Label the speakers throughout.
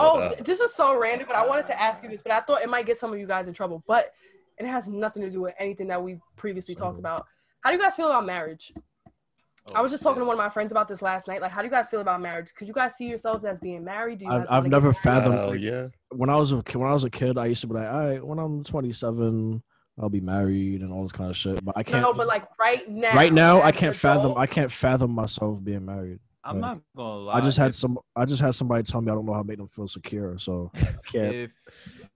Speaker 1: Oh,
Speaker 2: uh,
Speaker 1: this is so random, but I wanted to ask you this, but I thought it might get some of you guys in trouble, but it has nothing to do with anything that we previously talked about. How do you guys feel about marriage? I was just talking to one of my friends about this last night. Like, how do you guys feel about marriage? Could you guys see yourselves as being married? Do you guys
Speaker 2: I've,
Speaker 1: wanna
Speaker 2: I've
Speaker 1: get
Speaker 2: never
Speaker 1: married?
Speaker 2: fathomed.
Speaker 3: Oh,
Speaker 4: Hell
Speaker 2: like,
Speaker 4: oh, yeah.
Speaker 2: When I was a ki- when I was a kid, I used to be like, all right, when I'm 27, I'll be married and all this kind of shit. But I can't.
Speaker 1: No, but like right now.
Speaker 2: right now, I
Speaker 1: as an
Speaker 2: can't fathom.
Speaker 1: adult,
Speaker 2: I can't fathom myself being married.
Speaker 3: I'm
Speaker 2: Right.
Speaker 3: not gonna lie.
Speaker 2: I just had
Speaker 3: if-
Speaker 2: some. I just had somebody tell me I don't know how to make them feel secure. So I can't.
Speaker 3: If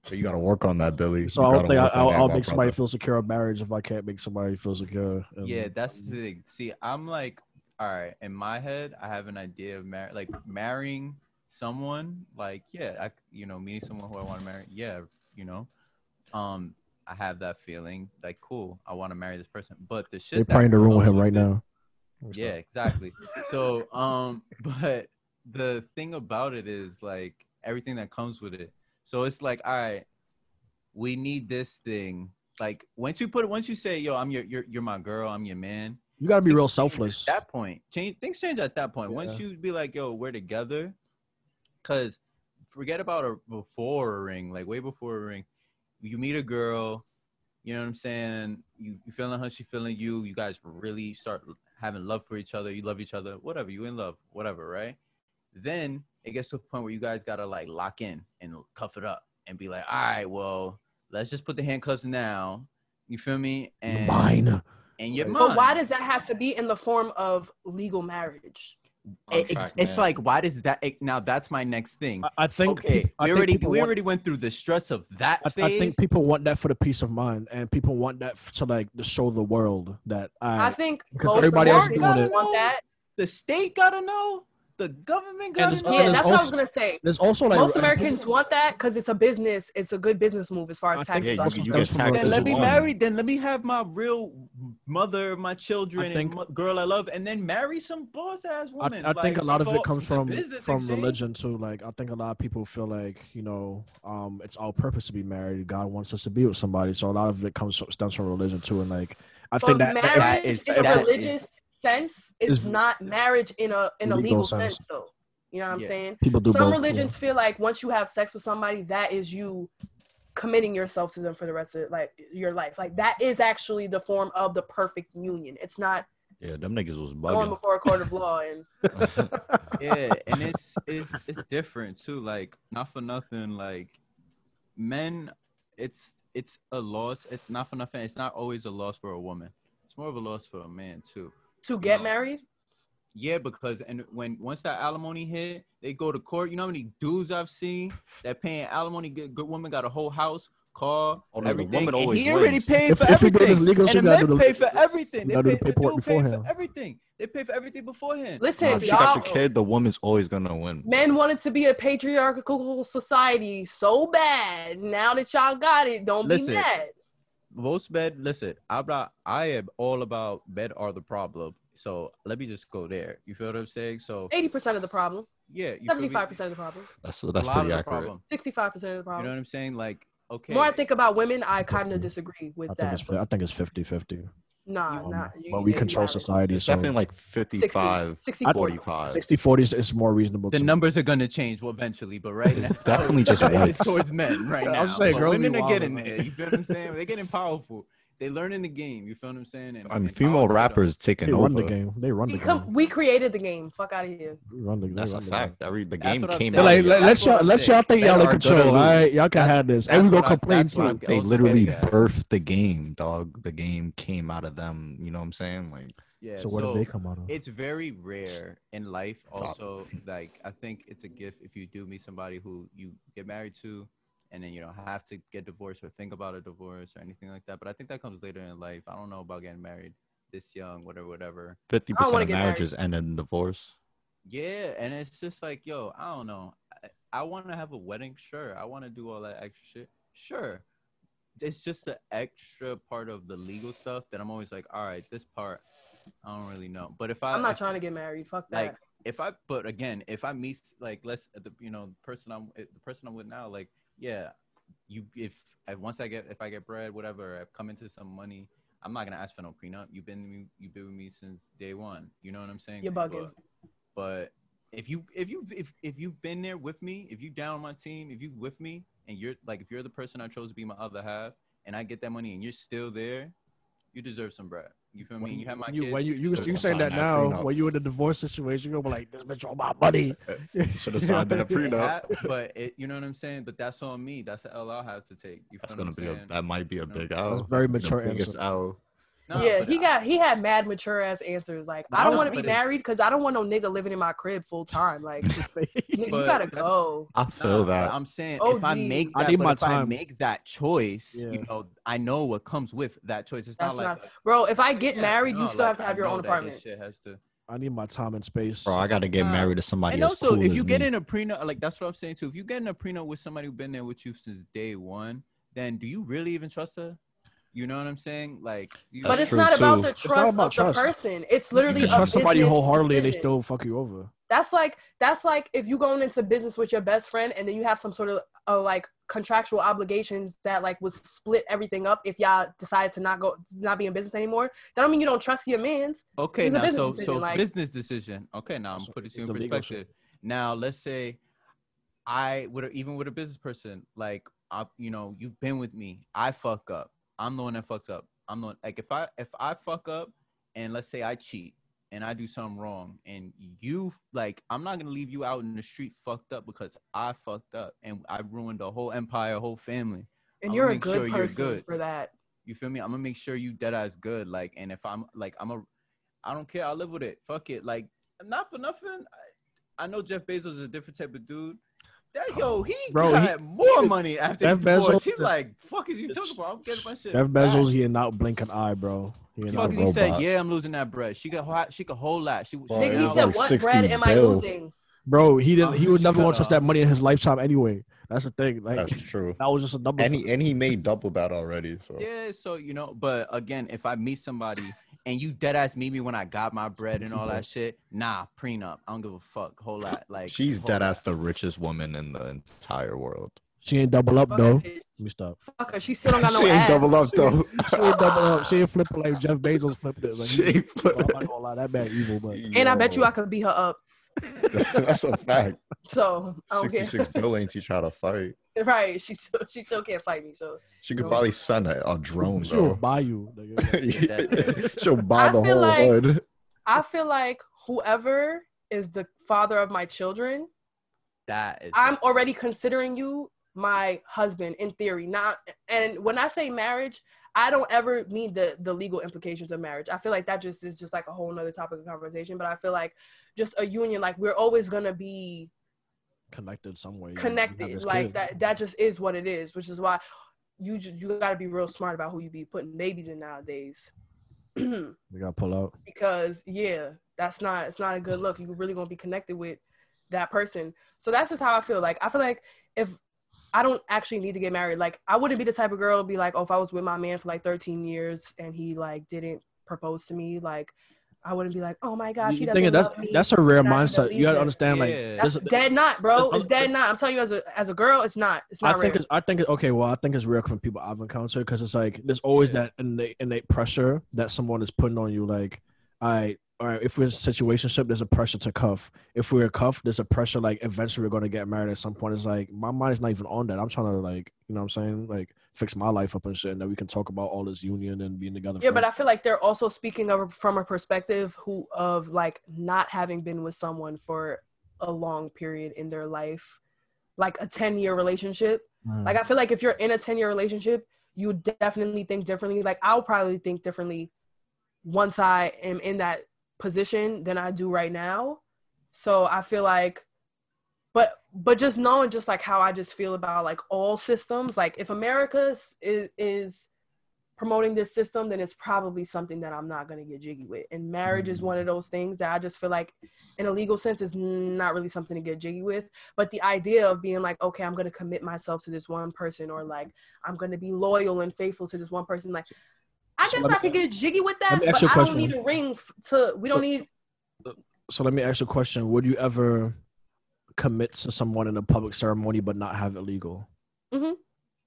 Speaker 4: So you gotta work on that, Billy.
Speaker 2: So
Speaker 4: You
Speaker 2: I don't
Speaker 4: gotta
Speaker 2: think I,
Speaker 4: work on
Speaker 2: I'll,
Speaker 4: that,
Speaker 2: I'll
Speaker 4: my
Speaker 2: make somebody
Speaker 4: brother.
Speaker 2: feel secure in marriage if I can't make somebody feel secure. in-
Speaker 3: yeah, that's the thing. See, I'm like, all right. In my head, I have an idea of marriage, like marrying someone. Like, yeah, I, you know, meeting someone who I want to marry. Yeah, you know, um, I have that feeling. Like, cool, I want to marry this person. But the shit.
Speaker 2: They're
Speaker 3: that
Speaker 2: probably in the
Speaker 3: goes
Speaker 2: room with him
Speaker 3: with
Speaker 2: right
Speaker 3: it-
Speaker 2: now.
Speaker 3: Yeah, exactly. so, um, but the thing about it is like everything that comes with it. So it's like, all right, we need this thing. Like once you put, once you say, "Yo, I'm your, you're, you're my girl, I'm your man."
Speaker 2: You gotta be real
Speaker 3: things change
Speaker 2: selfless.
Speaker 3: At that point, change things change at that point. Once you be like, "Yo, we're together," because forget about a before a ring, like way before a ring. You meet a girl, you know what I'm saying. You, you feeling her, she feeling you. You guys really start having love for each other. You love each other, whatever. You in love, whatever, right? Then it gets to a point where you guys gotta like lock in and cuff it up and be like, "All right, well, let's just put the handcuffs now." You feel me? And
Speaker 2: Mine.
Speaker 3: and your
Speaker 1: But
Speaker 3: mind.
Speaker 1: why does that have to be in the form of legal marriage?
Speaker 3: It- it's, it's like why does that it, now that's my next thing
Speaker 2: I, I think.
Speaker 3: okay
Speaker 2: peop- I
Speaker 3: we
Speaker 2: think
Speaker 3: already
Speaker 2: people
Speaker 3: we
Speaker 2: want-
Speaker 3: already went through the stress of that
Speaker 2: I,
Speaker 3: phase
Speaker 2: I think people want that for the peace of mind, and people want that f- to like to show the world that I.
Speaker 1: I think
Speaker 2: Because
Speaker 1: most
Speaker 2: everybody
Speaker 1: of
Speaker 2: else
Speaker 1: us
Speaker 2: is
Speaker 1: want
Speaker 2: doing it.
Speaker 1: that.
Speaker 3: the state gotta know the government
Speaker 2: And
Speaker 3: gotta
Speaker 2: it's-
Speaker 3: know
Speaker 1: Yeah,
Speaker 2: there's
Speaker 1: that's what I was
Speaker 2: also-
Speaker 1: gonna say.
Speaker 2: there's also like
Speaker 1: Most Americans want that because it's a business. It's a good business move as far
Speaker 2: I
Speaker 1: as
Speaker 2: think
Speaker 1: taxes.
Speaker 4: Yeah,
Speaker 1: are
Speaker 2: that's
Speaker 4: you, you
Speaker 2: what-
Speaker 4: get
Speaker 2: that's
Speaker 4: taxed.
Speaker 2: what Americans
Speaker 3: then
Speaker 2: is
Speaker 3: let me
Speaker 2: one.
Speaker 3: marry then let me have my real mother of my children
Speaker 2: think-
Speaker 3: and mo- girl i love and then marry some boss ass
Speaker 2: I,
Speaker 3: woman
Speaker 2: I think
Speaker 3: Like,
Speaker 2: a lot of
Speaker 3: so
Speaker 2: it comes
Speaker 3: the
Speaker 2: from
Speaker 3: business
Speaker 2: from
Speaker 3: exchange-
Speaker 2: religion too. Like I think a lot of people feel like you know, um, it's our purpose to be married. God wants us to be with somebody, so a lot of it comes from, stems from religion too. And like I
Speaker 1: But
Speaker 2: think that, that-
Speaker 1: marriage
Speaker 3: is-
Speaker 1: in a
Speaker 3: that is-
Speaker 1: religious sense is
Speaker 2: is-
Speaker 1: not marriage in a in a
Speaker 2: Legal
Speaker 1: legal
Speaker 2: sense.
Speaker 1: sense, though. You know what I'm
Speaker 3: Yeah.
Speaker 1: saying?
Speaker 2: people do
Speaker 1: Some
Speaker 2: both,
Speaker 1: religions feel like once you have sex with somebody, that is you committing yourself to them for the rest of like your life. Like that is actually the form of the perfect union. It's not
Speaker 4: Yeah, them niggas was
Speaker 1: going
Speaker 4: bugging.
Speaker 1: before a court of law and
Speaker 3: yeah, and it's it's it's different too. Like not for nothing, like men, it's it's a loss. It's not for nothing. It's not always a loss for a woman. It's more of a loss for a man too.
Speaker 1: to get
Speaker 3: No.
Speaker 1: married.
Speaker 3: Yeah, because and when once that alimony hit, they go to court. You know how many dudes I've seen that paying alimony? Good, good woman got a whole house, car,
Speaker 4: Oh, no, the
Speaker 3: everything.
Speaker 4: woman
Speaker 3: and
Speaker 4: always
Speaker 3: he already
Speaker 4: wins.
Speaker 3: paid
Speaker 2: If-
Speaker 3: for
Speaker 2: if we do
Speaker 3: everything.
Speaker 2: this legal shit,
Speaker 3: and
Speaker 2: we
Speaker 3: the
Speaker 2: gotta
Speaker 3: men
Speaker 2: do the-
Speaker 3: pay for everything. They
Speaker 2: gotta do
Speaker 3: pay,
Speaker 2: the
Speaker 3: the
Speaker 2: paperwork
Speaker 3: dude paid for
Speaker 2: beforehand.
Speaker 3: everything. They pay for everything beforehand.
Speaker 1: Listen,
Speaker 4: Nah, if she got your
Speaker 1: y'all-
Speaker 4: kid, the woman's always gonna win.
Speaker 1: Men wanted to be a patriarchal society so bad. Now that y'all got it, don't
Speaker 3: Listen.
Speaker 1: be mad.
Speaker 3: most bed listen i'm not i am all about bed are the problem so let me just go there you feel what i'm saying so
Speaker 1: 80% of the problem,
Speaker 3: yeah you feel me?
Speaker 1: 75% of the problem,
Speaker 4: That's
Speaker 3: A
Speaker 4: that's
Speaker 3: lot of
Speaker 4: pretty
Speaker 3: the
Speaker 4: accurate.
Speaker 3: problem
Speaker 1: 65% of the
Speaker 3: you know what
Speaker 1: problem.
Speaker 3: i'm saying like okay
Speaker 1: The More I think about women, I
Speaker 2: That's
Speaker 1: kind
Speaker 2: true.
Speaker 1: of disagree with
Speaker 2: I think
Speaker 1: that.
Speaker 2: it's fi- I think it's 50-50.
Speaker 1: but nah,
Speaker 2: um,
Speaker 1: nah.
Speaker 2: but we
Speaker 1: yeah,
Speaker 2: control
Speaker 1: got it.
Speaker 2: society,
Speaker 4: It's
Speaker 2: so
Speaker 4: definitely like 55,
Speaker 1: 60,
Speaker 4: 45.
Speaker 2: 60-40 is, is more reasonable.
Speaker 3: the
Speaker 2: to me.
Speaker 3: numbers are going to change well, eventually but right now
Speaker 4: It's definitely just
Speaker 3: it's
Speaker 4: white.
Speaker 3: towards men right
Speaker 2: I'm
Speaker 3: now
Speaker 2: just saying,
Speaker 3: But
Speaker 2: girls be
Speaker 3: women are getting
Speaker 2: wildin', like-
Speaker 3: there you feel what i'm saying they're getting powerful they learning the game you feel what i'm saying and,
Speaker 4: I mean,
Speaker 3: and
Speaker 4: female
Speaker 3: powerful, though.
Speaker 4: rappers
Speaker 2: They
Speaker 4: taking
Speaker 2: run the
Speaker 4: over.
Speaker 2: game. They run the
Speaker 1: We,
Speaker 2: game.
Speaker 1: com- we created the game. Fuck out of here.
Speaker 2: They run the, they
Speaker 4: That's a
Speaker 2: run the
Speaker 4: fact.
Speaker 2: game.
Speaker 4: Every the
Speaker 3: That's
Speaker 4: game
Speaker 3: what I'm
Speaker 4: came
Speaker 3: saying.
Speaker 2: But
Speaker 4: out.
Speaker 2: like,
Speaker 4: of
Speaker 2: let,
Speaker 4: it.
Speaker 2: let's y'all let y'all think
Speaker 4: They
Speaker 2: y'all in
Speaker 4: are gonna
Speaker 2: control. All
Speaker 4: lose.
Speaker 2: right, y'all can
Speaker 3: That's-
Speaker 2: have this,
Speaker 3: that's
Speaker 2: and we gonna
Speaker 3: what I-
Speaker 2: complain
Speaker 3: that's what I'm
Speaker 2: too.
Speaker 3: getting
Speaker 4: They
Speaker 3: also
Speaker 4: literally
Speaker 3: getting at.
Speaker 4: birthed the game, dog. The game came out of them. You know what I'm saying? Like,
Speaker 3: yeah
Speaker 2: So what did they come out of?
Speaker 3: it's very rare in life
Speaker 4: Stop.
Speaker 3: also like i think it's a gift if you do meet somebody who you get married to and then you don't have to get divorced or think about a divorce or anything like that but i think that comes later in life i don't know about getting married this young whatever whatever
Speaker 4: fifty
Speaker 1: I don't
Speaker 4: percent
Speaker 1: wanna
Speaker 4: of
Speaker 1: get
Speaker 4: marriages end in divorce.
Speaker 3: yeah and it's just like yo i don't know i, I want to have a wedding sure i want to do all that extra shit sure it's just the extra part of the legal stuff that i'm always like all right this part i don't really know but if i
Speaker 1: I'm not
Speaker 3: if-
Speaker 1: trying to get married. Fuck that.
Speaker 3: Uh, like if I but again, if I meet like let's the you know the person I'm eh, the person I'm with now, like yeah, you if I, once I get if I get bread, whatever, I've come into some money. I'm not gonna ask for no prenup. You've been you've been with me since day one. You know what I'm saying?
Speaker 1: You're bugging.
Speaker 3: But, but if you if you if, if you've been there with me, if you down my team, if you with me, and you're like if you're the person I chose to be my other half, and I get that money, and you're still there, you deserve some bread. You feel me? You have my
Speaker 2: you,
Speaker 3: kids.
Speaker 2: when you you,
Speaker 4: Should've
Speaker 2: you saying
Speaker 4: signed
Speaker 2: that
Speaker 4: that
Speaker 2: now
Speaker 4: prenup.
Speaker 2: when you in the divorce situation you're gonna be like this bitch all my money
Speaker 3: Uh,
Speaker 4: Should have signed that
Speaker 3: It
Speaker 4: prenup.
Speaker 3: hap- but it, you know what I'm saying. But that's on me. That's the L I'll have to take. You
Speaker 4: That's
Speaker 3: feel what
Speaker 4: gonna be
Speaker 3: I'm
Speaker 4: a,
Speaker 3: saying?
Speaker 4: that might be a
Speaker 3: No.
Speaker 4: big
Speaker 2: that's
Speaker 4: L.
Speaker 2: very
Speaker 4: The
Speaker 2: mature
Speaker 4: biggest
Speaker 2: answer
Speaker 4: L.
Speaker 3: Nah,
Speaker 1: yeah,
Speaker 3: but
Speaker 1: he
Speaker 3: I-
Speaker 1: got he had mad mature ass answers. Like, I don't
Speaker 3: No,
Speaker 1: want to
Speaker 3: but
Speaker 1: be
Speaker 3: it's-
Speaker 1: married because I don't want no nigga living in my crib full time. Like, nigga, you
Speaker 3: But
Speaker 1: gotta
Speaker 3: that's-
Speaker 1: go.
Speaker 4: I
Speaker 3: Nah,
Speaker 4: feel
Speaker 3: but
Speaker 4: that.
Speaker 3: I'm saying
Speaker 1: Oh,
Speaker 3: if I
Speaker 1: geez.
Speaker 3: make
Speaker 2: I
Speaker 3: that,
Speaker 2: need
Speaker 3: but
Speaker 2: my
Speaker 3: if I
Speaker 2: time.
Speaker 3: make that choice,
Speaker 2: Yeah.
Speaker 3: you know, I know what comes with that choice. It's
Speaker 1: That's
Speaker 3: not like
Speaker 1: Bro, if I get
Speaker 3: Yeah,
Speaker 1: married,
Speaker 3: no,
Speaker 1: you still
Speaker 3: like,
Speaker 1: have to
Speaker 3: I
Speaker 1: have your
Speaker 3: know
Speaker 1: own
Speaker 3: that
Speaker 1: apartment.
Speaker 3: This shit has to.
Speaker 2: i need my time and space
Speaker 4: Bro, I gotta get
Speaker 3: Nah.
Speaker 4: married to somebody
Speaker 3: And
Speaker 4: that's
Speaker 3: also,
Speaker 4: cool
Speaker 3: if
Speaker 4: as
Speaker 3: you get
Speaker 4: me.
Speaker 3: in a prenup, like that's what I'm saying too. If you get in a prenup with somebody who's been there with you since day one, then do you really even trust her? You know what I'm saying? Like, you
Speaker 1: But
Speaker 4: That's
Speaker 1: it's
Speaker 4: true,
Speaker 1: not about
Speaker 4: too.
Speaker 1: the
Speaker 4: It's
Speaker 2: not
Speaker 1: trust
Speaker 2: about
Speaker 1: of
Speaker 2: trust.
Speaker 1: the person. It's literally
Speaker 2: you
Speaker 1: a
Speaker 4: Really,
Speaker 2: trust somebody
Speaker 1: business
Speaker 2: wholeheartedly and they
Speaker 1: decision.
Speaker 2: still fuck you over
Speaker 1: That's like that's like if you going into business with your best friend and then you have some sort of uh, like contractual obligations that like would split everything up if y'all decide to not go not be in business anymore. That don't mean you don't trust your man's.
Speaker 3: okay,
Speaker 1: it's a
Speaker 3: now
Speaker 1: business
Speaker 3: so
Speaker 1: decision,
Speaker 3: so
Speaker 1: like-
Speaker 3: business decision. Okay, now I'm
Speaker 2: That's-
Speaker 3: putting
Speaker 2: it's
Speaker 3: it in
Speaker 2: the legal shit.
Speaker 3: perspective. Now let's say I would even with a business person, like I, you know, you've been with me. I fuck up. I'm the one that fucks up. I'm the one, like if I if I fuck up and let's say I cheat and I do something wrong and you like I'm not gonna leave you out in the street fucked up because I fucked up and I ruined the whole empire, whole family.
Speaker 1: And
Speaker 3: I'ma
Speaker 1: you're a
Speaker 3: make
Speaker 1: good
Speaker 3: sure you're
Speaker 1: person
Speaker 3: good.
Speaker 1: for that.
Speaker 3: You feel me? I'm gonna make sure you dead ass good. Like, and if I'm like, I'm a, I don't care. I live with it. Fuck it. Like, not for nothing. I, I know Jeff Bezos is a different type of dude. That yo, he
Speaker 2: Oh, Bro, he-
Speaker 3: got more money after
Speaker 2: Jeff
Speaker 3: his divorce.
Speaker 2: Bezos-
Speaker 3: He's like, fuck is you talking
Speaker 2: It's-
Speaker 3: about? I'm getting my shit.
Speaker 2: Jeff
Speaker 3: back."
Speaker 2: Bezos, he did not blink an eye, bro. He did
Speaker 4: He's
Speaker 2: not
Speaker 4: a
Speaker 3: Fuck,
Speaker 2: blink.
Speaker 3: he said,
Speaker 4: robot.
Speaker 3: yeah, I'm losing that bread. She got hot. She could hold that. She was.
Speaker 4: Bro, Oh,
Speaker 1: Nigga,
Speaker 4: yeah,
Speaker 1: he
Speaker 4: it's
Speaker 1: said,
Speaker 4: like
Speaker 1: "What
Speaker 4: 60
Speaker 1: bread am I
Speaker 4: bill.
Speaker 1: losing?"
Speaker 2: bro. He
Speaker 3: Oh,
Speaker 2: didn't. He
Speaker 3: you
Speaker 2: would never
Speaker 3: shut
Speaker 2: want to touch
Speaker 3: up.
Speaker 2: that money in his lifetime anyway. That's the thing. Like
Speaker 4: That's true.
Speaker 2: that was just a number.
Speaker 4: And he and he made double that already. So
Speaker 3: Yeah, so you know, but again, if I meet somebody and you dead ass meet me when I got my bread and all that shit, nah, prenup. I don't give a fuck. Whole lot. Like
Speaker 4: she's
Speaker 3: whole
Speaker 4: dead
Speaker 3: lot.
Speaker 4: ass the richest woman in the entire world.
Speaker 2: she ain't double up
Speaker 1: Fuck
Speaker 2: though.
Speaker 1: her,
Speaker 2: Let
Speaker 1: bitch.
Speaker 2: me stop.
Speaker 1: Fuck her. She still don't got no
Speaker 4: she ain't
Speaker 1: ass.
Speaker 4: double up though.
Speaker 2: She ain't double up. She ain't flipping like Jeff Bezos flipped it. Like,
Speaker 4: She ain't
Speaker 2: well, I'm
Speaker 4: flip-
Speaker 2: not gonna lie, that man evil, but
Speaker 1: And I bet
Speaker 4: Yo.
Speaker 1: you I could beat her up.
Speaker 4: That's a fact.
Speaker 1: So I don't care.
Speaker 4: 66 bill ain't she trying to fight.
Speaker 1: right? She still she still can't fight me. So
Speaker 4: She could
Speaker 1: No.
Speaker 4: probably send a, a drone
Speaker 2: she
Speaker 4: though.
Speaker 2: will buy you. Nigga.
Speaker 4: She'll buy
Speaker 1: I
Speaker 4: the
Speaker 1: feel
Speaker 4: whole
Speaker 1: like-
Speaker 4: hood.
Speaker 1: I feel like whoever is the father of my children,
Speaker 3: That is
Speaker 1: I'm already considering you my husband in theory. Not and when I say marriage, I don't ever mean the the legal implications of marriage. I feel like that just is just like a whole nother topic of conversation. But I feel like just a union, like we're always gonna be
Speaker 2: Connected some way. You have
Speaker 1: connected.
Speaker 2: this
Speaker 1: Like
Speaker 2: kid.
Speaker 1: that that just is what it is, which is why you ju- you gotta be real smart about who you be putting babies in nowadays.
Speaker 2: We gotta pull out.
Speaker 1: because yeah, that's not it's not a good look. You're really gonna be connected with that person. So that's just how I feel. Like I feel like if I don't actually need to get married, like I wouldn't be the type of girl to be like, oh, if I was with my man for like 13 years and he like didn't propose to me, like. I wouldn't be like, oh my gosh, he
Speaker 2: You
Speaker 1: doesn't
Speaker 2: thinking that's
Speaker 1: love me.
Speaker 2: that's a rare
Speaker 1: and I'm gonna
Speaker 2: mindset. You
Speaker 1: leave
Speaker 2: gotta
Speaker 1: him."
Speaker 2: understand, like
Speaker 3: Yeah.
Speaker 1: That's
Speaker 2: this-
Speaker 1: dead not, bro.
Speaker 2: there's
Speaker 1: It's dead not. I'm telling you, as a as a girl, it's not. It's
Speaker 2: I
Speaker 1: not
Speaker 2: think
Speaker 1: rare.
Speaker 2: it's I think it's okay. Well, I think it's real from people I've encountered because it's like there's always
Speaker 3: Yeah.
Speaker 2: that innate, innate pressure that someone is putting on you. Like, I all right, if we're in a situationship, there's a pressure to cuff. If we're cuffed, there's a pressure like eventually we're gonna get married at some point. It's like my mind's not even on that. I'm trying to like you know what I'm saying like fix my life up and shit, and that we can talk about all this union and being together.
Speaker 1: Yeah, but
Speaker 2: forever.
Speaker 1: I feel like they're also speaking of from a perspective who of like not having been with someone for a long period in their life, like a ten year relationship.
Speaker 2: Mm.
Speaker 1: Like I feel like if you're in a ten year relationship, you definitely think differently. Like I'll probably think differently once I am in that position than I do right now. So I feel like but but just knowing just like how I just feel about like all systems, like if America s- is is promoting this system, then it's probably something that I'm not gonna get jiggy with. And marriage is one of those things that I just feel like in a legal sense is not really something to get jiggy with. But the idea of being like, okay, I'm gonna commit myself to this one person or like I'm gonna be loyal and faithful to this one person, like I
Speaker 2: So
Speaker 1: guess
Speaker 2: let me-
Speaker 1: I could get jiggy with that,
Speaker 2: let me ask
Speaker 1: but
Speaker 2: you
Speaker 1: I
Speaker 2: a
Speaker 1: don't
Speaker 2: question.
Speaker 1: need a ring f- to we don't
Speaker 2: So-
Speaker 1: need
Speaker 2: so let me ask you a question: Would you ever commit to someone in a public ceremony but not have it legal?
Speaker 1: Mhm.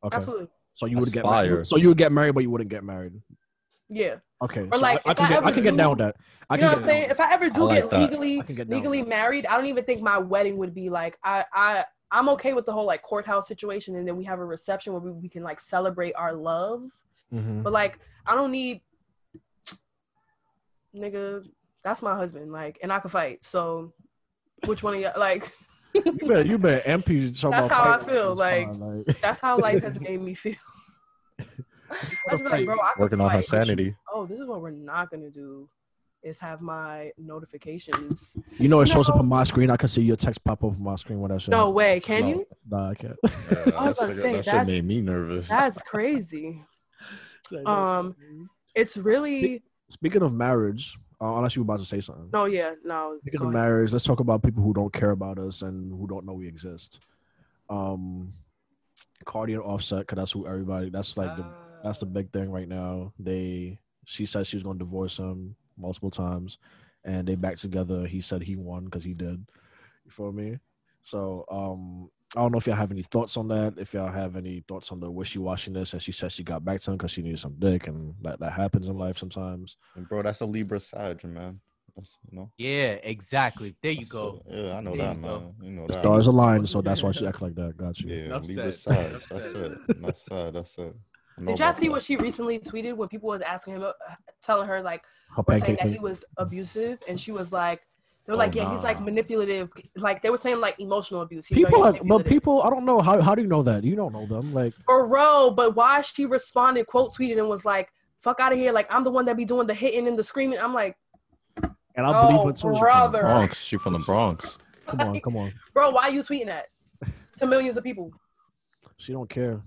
Speaker 2: Okay.
Speaker 1: absolutely.
Speaker 2: So you
Speaker 4: That's
Speaker 2: would get
Speaker 4: fire.
Speaker 2: married. So you would get married, but you wouldn't get married.
Speaker 1: Yeah.
Speaker 2: Okay,
Speaker 1: Or,
Speaker 2: so
Speaker 1: like,
Speaker 2: I, I
Speaker 1: if
Speaker 2: can
Speaker 1: I
Speaker 2: get I
Speaker 1: ever
Speaker 2: can get
Speaker 1: do-
Speaker 2: down with that. I
Speaker 1: you
Speaker 2: can
Speaker 1: know what
Speaker 2: get
Speaker 1: I'm
Speaker 2: down
Speaker 1: saying?
Speaker 2: with
Speaker 1: If I ever do
Speaker 4: like
Speaker 1: get
Speaker 4: that.
Speaker 2: I
Speaker 1: legally
Speaker 2: can get down with
Speaker 1: legally
Speaker 2: that.
Speaker 1: married, I don't even think my wedding would be like I I I'm okay with the whole like courthouse situation, and then we have a reception where we, we can like celebrate our love.
Speaker 2: Mhm.
Speaker 1: But like, I don't need nigga. That's my husband, like, and I can fight. So, which one of you like?
Speaker 4: Mm-hmm.
Speaker 2: You better you better MP. That's
Speaker 1: That's
Speaker 2: about
Speaker 1: how I
Speaker 2: fighting.
Speaker 1: feel,
Speaker 2: It's
Speaker 1: like-
Speaker 2: fine,
Speaker 1: That's how life has made me feel. I just be like, bro, I can
Speaker 5: Working on her
Speaker 1: fight.
Speaker 5: sanity.
Speaker 1: Oh, this is what we're not gonna do. Is have my notifications.
Speaker 2: You know it shows up
Speaker 1: No.
Speaker 2: on my screen. I can see your text pop up on my screen when I show.
Speaker 1: No way, can
Speaker 2: No.
Speaker 1: you?
Speaker 2: Nah, I can't.
Speaker 5: Yeah,
Speaker 1: I was
Speaker 5: that
Speaker 1: about to
Speaker 5: shit-
Speaker 1: say,
Speaker 5: that shit
Speaker 1: that's-
Speaker 5: made me nervous.
Speaker 1: That's crazy. Um, It's really
Speaker 2: Speaking of marriage, uh, unless you were about to say something.
Speaker 1: no, yeah, no.
Speaker 2: Speaking
Speaker 1: go
Speaker 2: of
Speaker 1: ahead.
Speaker 2: marriage, let's talk about people who don't care about us and who don't know we exist. Um, Cardi and Offset, because that's who everybody. That's like
Speaker 3: Ah.
Speaker 2: the that's the big thing right now. They she said she was going to divorce him multiple times, and they back together. He said he won because he did. You feel me? So um, I don't know if y'all have any thoughts on that. If y'all have any thoughts on the wishy washiness, and she said she got back to him because she needed some dick, and that that happens in life sometimes.
Speaker 4: And bro, that's a Libra side, man. That's, you know,
Speaker 3: Yeah, exactly. There you
Speaker 4: that's
Speaker 3: go.
Speaker 4: a- yeah, I know
Speaker 3: There
Speaker 4: that,
Speaker 3: you
Speaker 4: man.
Speaker 3: go.
Speaker 4: You know
Speaker 2: The
Speaker 4: that.
Speaker 2: stars aligned, so that's why she act like that. Got you.
Speaker 4: Yeah,
Speaker 3: Enough
Speaker 4: Libra
Speaker 3: said.
Speaker 4: side.
Speaker 3: Enough
Speaker 4: That's
Speaker 3: said.
Speaker 4: it. That's side. That's it. I know
Speaker 1: Did y'all
Speaker 4: about
Speaker 1: see
Speaker 4: that.
Speaker 1: what she recently tweeted when people was asking him, uh, telling her like,
Speaker 2: Her
Speaker 1: was saying
Speaker 2: pancake
Speaker 1: that he
Speaker 2: thing.
Speaker 1: was abusive, and she was like, they were
Speaker 4: Oh,
Speaker 1: like, yeah, he's like
Speaker 4: nah.
Speaker 1: manipulative. Like they were saying like emotional abuse. He's
Speaker 2: People,
Speaker 1: very
Speaker 2: like, but
Speaker 1: manipulative.
Speaker 2: people, I don't know how. How do you know that? You don't know them, like.
Speaker 1: for real. But why she responded, quote tweeted, and was like, "Fuck out of here!" Like I'm the one that be doing the hitting and the screaming. I'm like,
Speaker 2: And I believe
Speaker 1: Oh,
Speaker 2: her too.
Speaker 1: brother.
Speaker 4: Bronx. She from the Bronx.
Speaker 2: Come on, come on.
Speaker 1: bro, why you tweeting that to millions of people?
Speaker 2: She don't care.